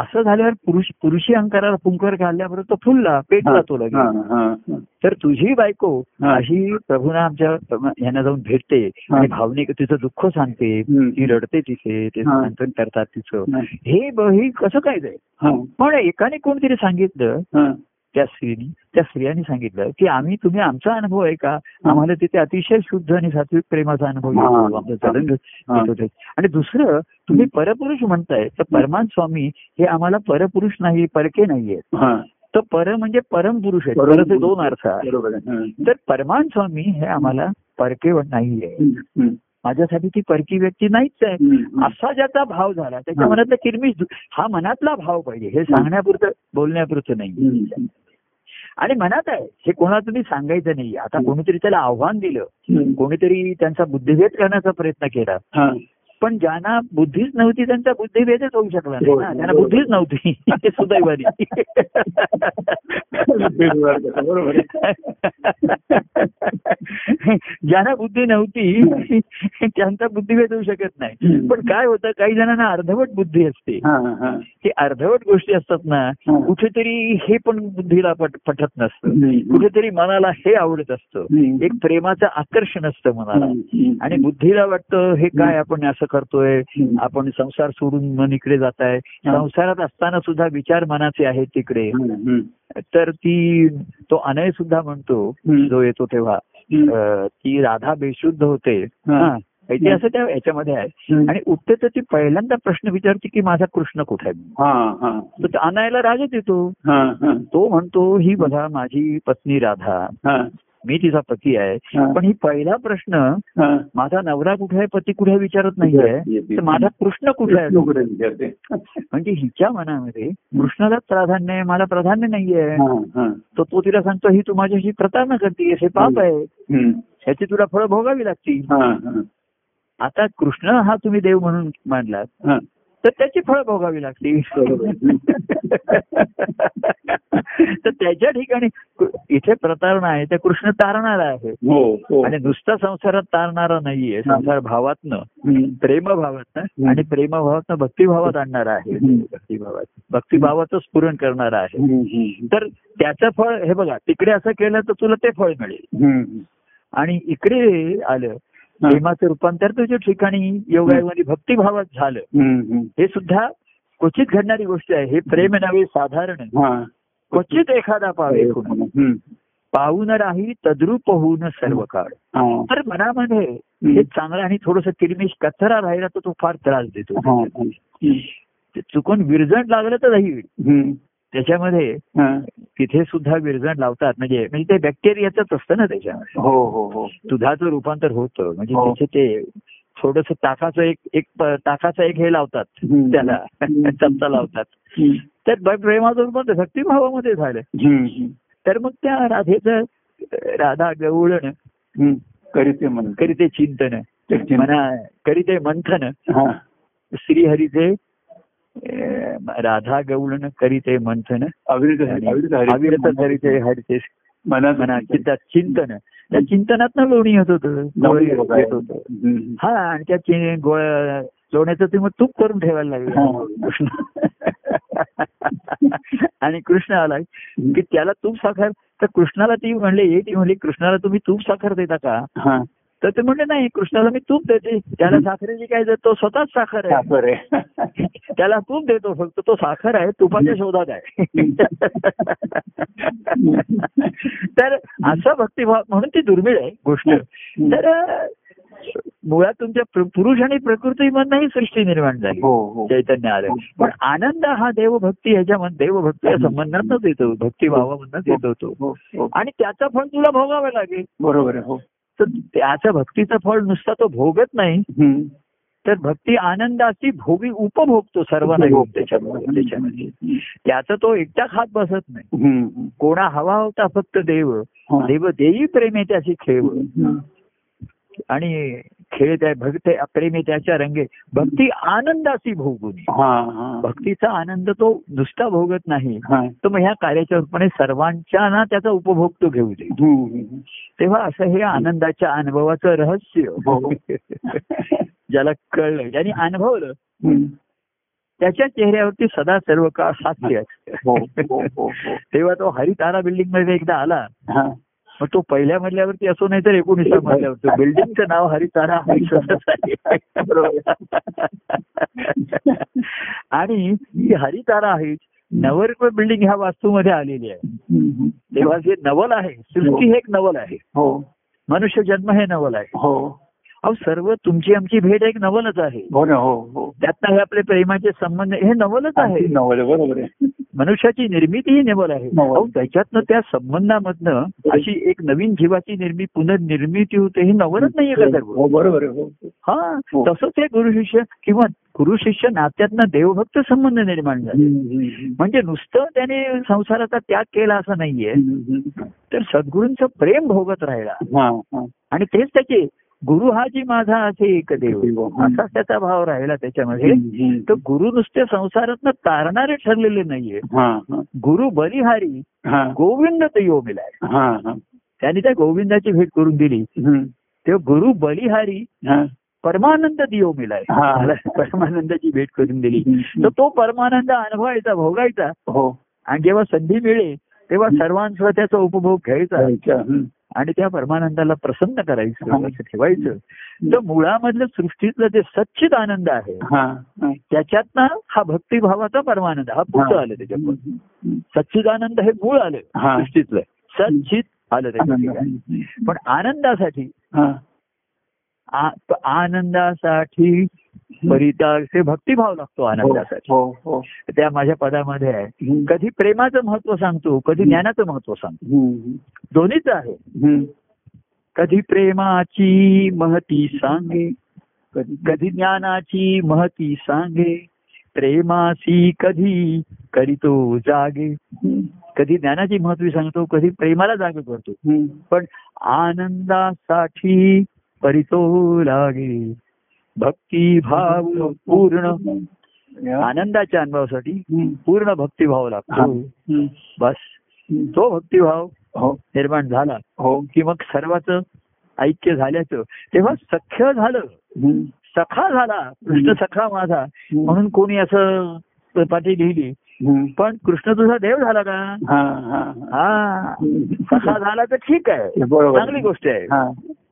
S2: असं झाल्यावर पुरुष पुरुषी अंकाराला फुंकर घालल्याबरोबर तो फुलला
S1: हा,
S2: पेटला तो लगेच
S1: हा, हा, हा.
S2: तर तुझी बायको
S1: हा.
S2: अशी प्रभूना आमच्या यांना जाऊन भेटते
S1: हा.
S2: आणि भावनिक तिचं दुःख सांगते
S1: हम्म.
S2: ती रडते तिचे ते
S1: हा.
S2: सांत्वन करतात तिचं
S1: हा,
S2: हे ब- हे कसं काय जाईल
S1: हा,
S2: पण एकाने कोणतरी सांगितलं
S1: हा.
S2: त्या स्त्रीनी त्या स्त्रियांनी सांगितलं की आम्ही तुम्ही आमचा अनुभव आहे का आम्हाला तिथे अतिशय शुद्ध आणि सात्विक प्रेमाचा अनुभव
S1: हा.
S2: येतो. आमचं चलन
S1: हा.
S2: येत होते. आणि दुसरं तुम्ही परपुरुष म्हणताय तर परमान स्वामी हे आम्हाला परपुरुष नाही परके नाहीये
S1: हा.
S2: तर पर म्हणजे परम पुरुष आहे
S1: परम
S2: परचे
S1: पुरुष.
S2: दोन अर्थ आहे
S1: बरोबर आहे. हा.
S2: तर परमान स्वामी हे आम्हाला परके नाहीये
S1: हम्म, हम्म.
S2: माझ्यासाठी ती परकी व्यक्ती नाहीच आहे
S1: हम्म,
S2: असा ज्याचा भाव झाला त्याच्या
S1: हा.
S2: मनातला किरमिश दु- हा मनातला भाव पाहिजे हे सांगण्यापुरतं बोलण्यापुरतं नाही
S1: हम्म.
S2: आणि मनात आहे हे कोणाला तुम्ही सांगायचं नाही आता
S1: हम्म.
S2: कोणीतरी त्याला आव्हान दिलं
S1: हम्म.
S2: कोणीतरी त्यांचा बुद्धिभेद करण्याचा प्रयत्न केला
S1: हा.
S2: पण ज्यांना बुद्धीच नव्हती त्यांचा बुद्धिभेदच होऊ शकला नाही ना
S1: हो.
S2: त्यांना बुद्धीच नव्हती ते सुदैवानी
S1: बेरोजगार कसा, बरोबर आहे.
S2: *laughs* ज्यांना बुद्धी नव्हती त्यांचा बुद्धिभेद होऊ शकत नाही
S1: हम्म.
S2: पण काय होतं काही जणांना अर्धवट बुद्धी असते
S1: हा, हा.
S2: हे अर्धवट गोष्टी असतात ना
S1: हा.
S2: कुठेतरी हे पण बुद्धीला पट- पटत नसतं
S1: हम्म, हम्म.
S2: कुठेतरी मनाला हे आवडत असतं
S1: हम्म.
S2: एक प्रेमाचं आकर्षण असतं मनाला
S1: हम्म, हम्म.
S2: आणि बुद्धीला वाटतं हे काय आपण असं करतोय
S1: हम्म.
S2: आपण संसार सोडून मन इकडे जात आहे
S1: हा.
S2: संसारात असताना सुद्धा विचार मनाचे आहेत तिकडे
S1: हम्म, हम्म.
S2: तर ती तो अनय सुद्धा म्हणतो
S1: हम्म.
S2: जो येतो तेव्हा
S1: हम्म.
S2: अं, ती राधा बेशुद्ध होते
S1: हा.
S2: हा. इथे असं त्या याच्यामध्ये आहे
S1: हम्म.
S2: आणि उठते तर ती पहिल्यांदा प्रश्न विचारते की माझा कृष्ण कुठे आहे
S1: हा हा
S2: तर तो आणायला राजा देतो
S1: हा हा
S2: तो म्हणतो ही बघा माझी पत्नी राधा
S1: हा
S2: मी तिचा पती आहे
S1: हा.
S2: पण ही पहिला प्रश्न
S1: हा.
S2: माझा नवरा कुठे आहे पती कुठे आहे विचारत नाहीये तर माझा कृष्ण कुठे आहे
S1: कृष्ण कुठे विचारते
S2: म्हणजे हिच्या मनामध्ये कृष्णालाच प्राधान्य आहे मला प्राधान्य नाहीये
S1: हा, हा.
S2: तर तो तिला सांगतो ही तू माझ्याशी प्रतारणा करतेस हे पाप आहे
S1: हम्म.
S2: ह्याची तुला फळं भोगावी लागतील
S1: हा, हा.
S2: आता कृष्ण हा तुम्ही देव म्हणून मांडलात
S1: हा.
S2: तर त्याची फळं भोगावी लागतील
S1: बरोबर.
S2: *laughs* तर त्याच्या ठिकाणी कृ- इथे प्रतारणा आहे त्या कृष्ण तारणारा आहे
S1: हो हो
S2: आणि नुसता संसारात तारणारा नाहीये संसार भावातनं
S1: हम्म.
S2: प्रेमभावातनं आणि प्रेमभावातनं भक्तिभावात आणणारा आहे
S1: हम्म.
S2: भक्तिभावात भक्तिभावाचं स्फुरण करणारा आहे
S1: हम्म, हम्म.
S2: तर त्याचं फळ हे बघा तिकडे असं केलं तर तुला ते फळ मिळेल
S1: हम्म.
S2: आणि इकडे आलं
S1: हा.
S2: प्रेमाचं रूपांतर तुझ्या ठिकाणी योगायोगाने भक्तिभावात झालं
S1: हम्म, हम्म.
S2: हे सुद्धा क्वचित घडणारी गोष्ट आहे हे प्रेम नव्हे साधारण
S1: हा.
S2: क्वचित एखादा
S1: हो.
S2: पावे कोणी.
S1: हम्म.
S2: पाहून राही तद्रूप होऊन सर्व काळ
S1: हा.
S2: तर मनामध्ये हे चांगलं आणि थोडस किरमिश कचरा राहिला तर तो फार त्रास
S1: हा,
S2: देतो
S1: हा. हम्म.
S2: ते चुकून विरजण लागलं तर राहील
S1: हम्म.
S2: त्याच्यामध्ये
S1: हा.
S2: तिथे सुद्धा विरजण लावतात म्हणजे म्हणजे ते बॅक्टेरियाच असतं ना त्याच्यामध्ये
S1: हो हो हो
S2: दुधाचं रूपांतर होतं म्हणजे
S1: हो.
S2: त्याचे ते थोडस ताकाचं एक एक प- ताकाचं एक हे लावतात
S1: हम्म.
S2: त्याला
S1: हम्म.
S2: चमचा लावतात
S1: हम्म.
S2: तर ब- प्रेमाचं रूपांतर भक्तिभावामध्ये झालं
S1: हम्म, हम्म.
S2: तर मग त्या राधेचं अं, राधा गवळण
S1: हम्म. करीते मन
S2: करीते चिंतन
S1: करीते मन.
S2: म्हणा करीते मंथन
S1: हा.
S2: श्रीहरीचे अं, राधा गवळण करीते मंथन
S1: अविरत
S2: आणि
S1: अविरत हरी.
S2: अविरत हरीचे हरीचे
S1: मनात
S2: म्हणा चिंता चिंतन त्या चिंतनात लोणी होत होतं गोळे येत होतं
S1: हम्म.
S2: हा आणि त्या चि- गोळ्या लोण्याचं ते मग तूप करून ठेवायला लागलं
S1: हा.
S2: कृष्ण आणि कृष्ण आला की त्याला तूप साखर तर कृष्णाला ती म्हणले ये ती म्हणली कृष्णाला तुम्ही तूप साखर देता का
S1: हा.
S2: तर ते म्हणले नाही कृष्णाला मी तूप देते त्याला साखरेची काय देतो स्वतःच साखर आहे
S1: साखर आहे.
S2: त्याला तूप देतो फक्त तो साखर आहे तुपाच्या शोधात आहे *laughs* तर असा भक्तिभाव म्हणून ती दुर्मिळ आहे गोष्ट तर अं, मुळात तुमच्या प्र- पुरुष आणि प्रकृतीमधनं ही सृष्टी निर्माण झाली
S1: हो हो
S2: चैतन्य आलं पण आनंद हा देवभक्ती ह्याच्यामध्ये देवभक्ती या संबंधातच येतो भक्तिभावामधनच येत होतो
S1: हो, हो.
S2: आणि त्याचा फळ तुला भोगावं लागेल
S1: बरोबर आहे हो
S2: तर त्याचा भक्तीचं फळ नुसता तो भोगत नाही
S1: हम्म.
S2: तर भक्ती आनंदाची भोगी उपभोगतो सर्वांना
S1: हो.
S2: घेऊन त्याच्यामध्ये त्याच्यामध्ये त्याचा तो एकटा खात बसत नाही
S1: हम्म, हम्म.
S2: कोणा हवा होता फक्त देव
S1: हा.
S2: देव देई प्रेमे त्याची खेळ
S1: हम्म.
S2: आणि खेळ त्या भक्त प्रेमे त्याच्या रंगे भक्ती आनंदाची भोगुनी
S1: हा, हा.
S2: भक्तीचा आनंद तो नुसता भोगत नाही
S1: हा.
S2: तर मग ह्या कार्याच्या रूपाने सर्वांच्या ना त्याचा उपभोग तो घेऊ दे
S1: हम्म, हम्म.
S2: तेव्हा असं हे आनंदाच्या अनुभवाचं
S1: हो.
S2: रहस्य ज्याला कळलं ज्याने अनुभवलं
S1: हम्म.
S2: त्याच्या चेहऱ्यावरती सदा सर्व काळ हास्य आहे.
S1: हो, हो, हो, हो.
S2: तेव्हा तो हरितारा बिल्डिंग मध्ये एकदा आला
S1: हा.
S2: मग तो पहिल्या मजल्यावरती असो नाही तर एकोणीसव्या मजल्यावरती बिल्डिंगचं नाव हरितारा हरिसरस आहे *laughs* आणि ही हरितारा आहे नवरत्न बिल्डिंग ह्या वास्तूमध्ये आलेली आहे
S1: हम्म.
S2: तेव्हा जे नवल आहे सृष्टी हे एक नवल आहे
S1: हो
S2: मनुष्य जन्म हे नवल आहे
S1: हो
S2: अहो सर्व तुमची आमची भेट एक नवलच आहे
S1: हो ना हो हो
S2: त्यातनं हे आपले प्रेमाचे संबंध हे नवलच आहे
S1: नवल बरोबर आहे
S2: मनुष्याची निर्मिती ही नवल आहे
S1: नवल.
S2: अहो त्याच्यातनं त्या संबंधामधनं अशी एक नवीन जीवाची निर्मिती पुनर्निर्मिती होते हे नवलच नाहीये का सर्व
S1: हो बरोबर आहे हो
S2: हा
S1: हो.
S2: तसंच हे गुरु शिष्य किंवा गुरु शिष्य नात्यातनं देवभक्त संबंध निर्माण झाले
S1: हम्म, हम्म.
S2: म्हणजे नुसतं त्याने संसाराचा त्याग केला असं नाहीये
S1: हम्म, हम्म.
S2: तर सद्गुरूंचं प्रेम भोगत राहिला
S1: हा, हा.
S2: आणि तेच त्याचे गुरु हा जी माझा असे एक देव
S1: देव. हो.
S2: असा त्याचा भाव राहिला त्याच्यामध्ये
S1: हम्म, हम्म.
S2: तर गुरु नुसते संसारातनं तारणारे ठरलेले नाहीये
S1: हा, हा.
S2: गुरु बलिहारी
S1: हा,
S2: गोविंद तयो मिलाय
S1: हा, हा.
S2: त्यांनी त्या गोविंदाची भेट करून दिली
S1: हम्म.
S2: तेव्हा गुरु बलिहारी
S1: हा.
S2: परमानंद दियो मिलाय
S1: हा.
S2: त्याला परमानंदाची भेट करून दिली तर
S1: हम्म.
S2: तो परमानंद अनुभवायचा भोगायचा
S1: हो
S2: आणि जेव्हा संधी मिळेल तेव्हा सर्वांसह त्याचा उपभोग घ्यायचा
S1: अच्छा. हम्म.
S2: आणि त्या परमानंदाला प्रसन्न करायचं
S1: हा.
S2: असं ठेवायचं तर मुळामधलं सृष्टीतलं जे सच्चित आनंद आहे
S1: हा, हा.
S2: त्याच्यातनं हा भक्तिभावाचा परमानंद हा पुढं आलं त्याच्यापासून
S1: हम्म.
S2: सच्चिदानंद हे मूळ आलं
S1: हा.
S2: सृष्टीतलं सच्चित आलं त्याच्या ठिकाणी. पण आनंदासाठी
S1: हा
S2: आ- प- आनंदासाठी परित्याग ते भक्तिभाव लागतो आनंदासाठी
S1: हो हो
S2: त्या माझ्या पदामध्ये आहे
S1: हम्म.
S2: कधी प्रेमाचं महत्व सांगतो कधी ज्ञानाचं महत्व सांगतो
S1: हम्म.
S2: दोन्हीच आहे
S1: हम्म.
S2: कधी प्रेमाची महती सांगे
S1: कधी
S2: कधी ज्ञानाची महती सांगे प्रेमासी कधी करीतो जागे
S1: हम्म.
S2: कधी ज्ञानाची महत्वी सांगतो कधी प्रेमाला जागे करतो
S1: हम्म.
S2: पण आनंदासाठी परितो लागे भक्ती भाव पूर्ण
S1: या.
S2: आनंदाच्या अनुभवासाठी
S1: हम्म.
S2: पूर्ण भक्तिभाव
S1: हा.
S2: लागतो
S1: हम्म.
S2: बस
S1: हम्म.
S2: तो भक्तिभाव
S1: हो
S2: निर्माण झाला
S1: हो
S2: की मग सर्वाचं ऐक्य झाल्याचं तेव्हा सख्य झालं
S1: हम्म.
S2: सखा झाला कृष्ण सखा माझा म्हणून कोणी असं पाठी लिहिली
S1: हम्म.
S2: पण कृष्ण तुझा देव झाला का
S1: हा हा हा.
S2: हा सखा झाला तर ठीक आहे
S1: बरोबर.
S2: चांगली गोष्ट आहे
S1: हा.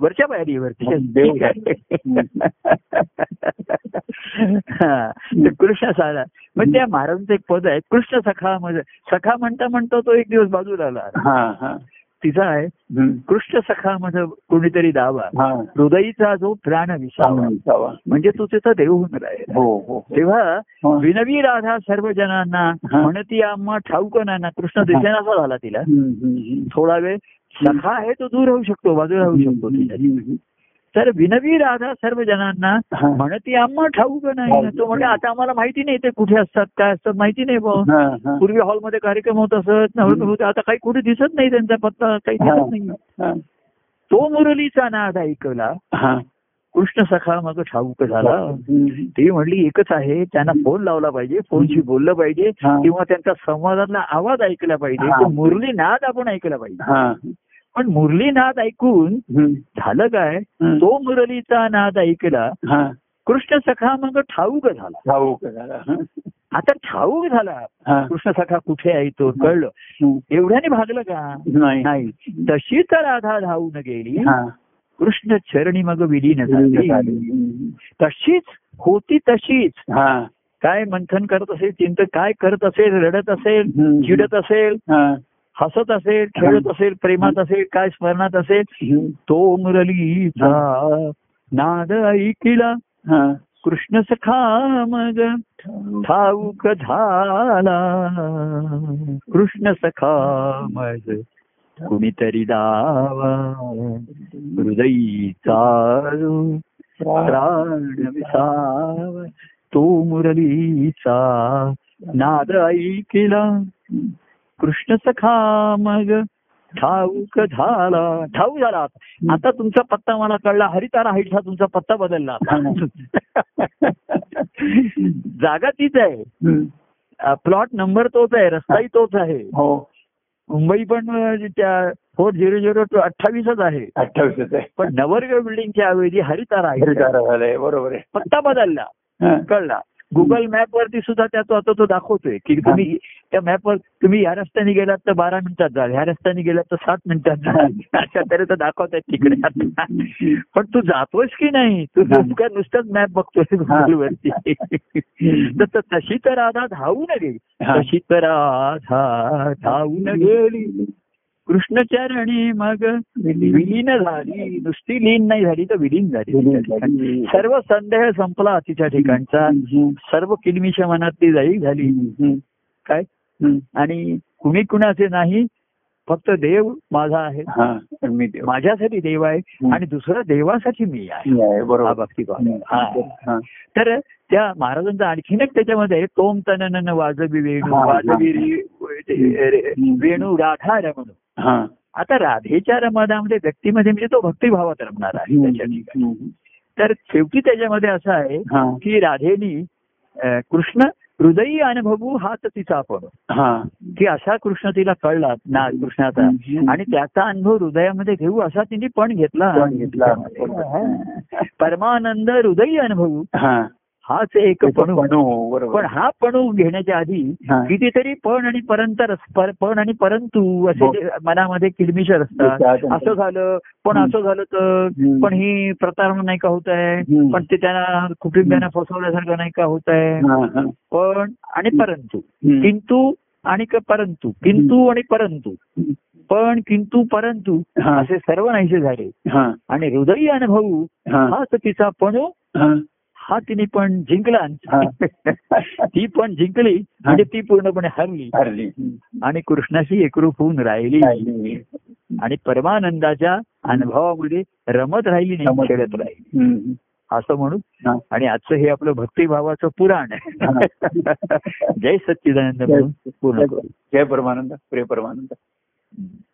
S2: वरच्या पायरीवरती
S1: देव
S2: ठीक आहे. *laughs* हा. तर कृष्ण साला मग त्या महाराजांचं एक पद आहे कृष्ण सखा मध्ये सखा म्हणता म्हणता तो एक दिवस बाजूला आला
S1: हा हा
S2: तिचा आहे
S1: हम्म.
S2: कृष्ण सखा मध्ये कोणीतरी दावा
S1: हा.
S2: हृदयचा जो प्राण विसावा
S1: सावंत, सावंत.
S2: म्हणजे तू तिचा देव होऊन राहिला
S1: हो हो हो.
S2: तेव्हा
S1: हा.
S2: विनवी राधा सर्व जणांना
S1: हा.
S2: म्हणती आम्हा ठाऊक नाना कृष्ण दिसेनासा झाला तिला
S1: हम्म, हम्म, हम्म.
S2: थोडा वेळ सखा आहे तो दूर होऊ शकतो बाजूला होऊ शकतो तिच्या
S1: हम्म, हम्म,
S2: तर विनवी राधा सर्व जणांना
S1: हा.
S2: म्हणती आम्हा ठाऊक
S1: हो.
S2: नाही तो म्हणजे आता आम्हाला माहिती नाही ते कुठे असतात काय असतात माहिती नाही बुवा
S1: हा, हा.
S2: पूर्वी हॉलमध्ये कार्यक्रम होत असत नवरत्न होते आता काही कुठे दिसत नाही त्यांचा पत्ता काही दिसत नाही
S1: हा,
S2: तो मुरलीचा नाद ऐकला
S1: हा.
S2: कृष्ण सखा मग ठाऊक झाला
S1: हम्म.
S2: ती म्हणली एकच आहे त्यांना फोन लावला पाहिजे फोनशी बोललं पाहिजे
S1: हा.
S2: किंवा त्यांचा संवादातला आवाज ऐकला पाहिजे
S1: हा.
S2: तो मुरली नाद आपण ऐकला पाहिजे
S1: हा.
S2: पण मुरली नाद ऐकून
S1: हम्म.
S2: झालं काय
S1: हम्म.
S2: तो मुरलीचा नाद ऐकला
S1: हा.
S2: कृष्ण सखा मग ठाऊक झाला
S1: ठाऊक झाला. हा.
S2: आता ठाऊक झाला
S1: हा.
S2: कृष्ण सखा कुठे आहे तो कळलं
S1: हम्म.
S2: एवढ्याने भागलं का
S1: नाही
S2: नाही तशी तर राधा धावून गेली
S1: हा.
S2: कृष्ण चरणी मग विलीन झाली
S1: हम्म.
S2: तशीच होती तशीच
S1: हा.
S2: काय मंथन करत असेल चिंतन काय करत असेल रडत असेल
S1: हम्म.
S2: चिडत असेल
S1: हा.
S2: हसत असेल खेळत असेल प्रेमात असेल काय स्मरणात असेल
S1: हम्म.
S2: तो मुरलीचा नाद ऐकिला
S1: हा.
S2: कृष्ण सखा मग ठाऊक झाला कृष्ण सखा मग कुणीतरी दावा हृदयीचा जो प्राण विसावा तो मुरलीचा नाद ऐकिला कृष्ण सखा मग ठाऊक झाला ठाऊ झाला आता तुमचा पत्ता मला कळला हरितारा हाईट हा तुमचा पत्ता बदलला *laughs* जागा तीच आहे
S1: हम्म.
S2: प्लॉट नंबर तोच आहे रस्ताही तोच आहे
S1: हो
S2: मुंबई पण अं, त्या फोर झिरो झिरो टू अठ्ठावीसच आहे
S1: अठ्ठावीस आहे
S2: पण नवरगाव बिल्डिंगच्या ऐवजी हरितारा आहे
S1: हिरदारा झालाय बरोबर आहे
S2: पत्ता बदलला
S1: हा.
S2: कळला गुगल मॅप वरती सुद्धा त्या तो आता तो दाखवतोय की तुम्ही त्या मॅपवर तुम्ही या रस्त्याने गेलात तर बारा मिनिटात जाल ह्या रस्त्याने गेलात तर सात मिनिटात
S1: *laughs*
S2: जाल अशा तऱ्हे तर दाखवतायत तिकडे आता. पण तू जातोयस की नाही तू
S1: हा.
S2: काय नुसताच मॅप बघतोय गुगल
S1: *laughs*
S2: वरती तर तर तशी तर राधा धावून गेली
S1: हा.
S2: तशी तर राधा धावून गेली कृष्णचरणी मग विलीन झाली नुसती लीन नाही झाली तर विलीन झाली
S1: विलीन
S2: तिच्या
S1: झाली.
S2: ठिकाणी. सर्व संदेह संपला तिच्या ठिकाणचा
S1: हम्म.
S2: सर्व किलमिशा मनातली जाई झाली
S1: हम्म.
S2: काय
S1: हम्म.
S2: आणि कुणी कुणाचे नाही फक्त देव माझा आहे
S1: हा. पण मी देव
S2: माझ्यासाठी देव आहे
S1: हम्म.
S2: आणि दुसरा देवासाठी मी आहे
S1: मी आहे,
S2: हा
S1: बरोबर
S2: भक्तिभाव हा.
S1: हा.
S2: तर त्या महाराजांचा आणखीन एक त्याच्यामध्ये तोम तनन वाजवी वेणू
S1: हा.
S2: वाजवी रे- रे- वेणू राधा रमण
S1: हा.
S2: आता राधेच्या रमणामध्ये व्यक्तीमध्ये म्हणजे तो भक्तिभावात रमणार आहे त्याच्या ठिकाणी
S1: हम्म.
S2: तर शेवटी त्याच्यामध्ये असं आहे
S1: हा.
S2: की राधेनी अ, कृष्ण हृदयी अनुभवू हाच तिचा आपण
S1: हा.
S2: की असा कृष्ण तिला कळला ना कृष्णाचा
S1: हम्म.
S2: आणि त्याचा अनुभव हृदयामध्ये घेऊ असा तिने पण घेतला
S1: पण घेतला.
S2: हा. *laughs* परमानंद हृदयी अनुभवू
S1: हा.
S2: हाच एक पण
S1: पणू, बरोबर.
S2: पण हा पणू घेण्याच्या आधी
S1: हा.
S2: कितीतरी पण आणि परंतर पर- पण आणि परंतु असे
S1: हो.
S2: जे मनामध्ये किलमिशर असतात
S1: असतात.
S2: असं झालं पण
S1: हम्म.
S2: असं झालं तर
S1: हम्म.
S2: पण ही प्रतारणा नाही का होत आहे
S1: हम्म.
S2: पण ते त्यांना कुटुंबियांना फसवल्यासारखं नाही का होत आहे
S1: हा, हा.
S2: पण आणि परंतु
S1: हम्म.
S2: किंतु आणि क- परंतु किंतु आणि परंतु पण किंतु परंतु
S1: हा.
S2: असे सर्व नाहीसे झाले
S1: हा
S2: आणि हृदयी अनुभवू
S1: हा
S2: हाच तिचा पण
S1: हा
S2: हा तिने पण जिंकला
S1: हा.
S2: ती पण जिंकली म्हणजे ती पूर्णपणे हरली
S1: हरली.
S2: आणि कृष्णाशी एकरूप होऊन राहिली
S1: राहिली.
S2: आणि परमानंदाच्या अनुभवामध्ये रमत राहिली नाही खेळत राहिली
S1: हम्म.
S2: असं म्हणून
S1: हा.
S2: आणि आजचं हे आपलं भक्तिभावाचं पुराण *laughs* आहे
S1: हा.
S2: जय सच्चिदानंद म्हणून पूर्ण करू.
S1: जय परमानंद प्रिय परमानंद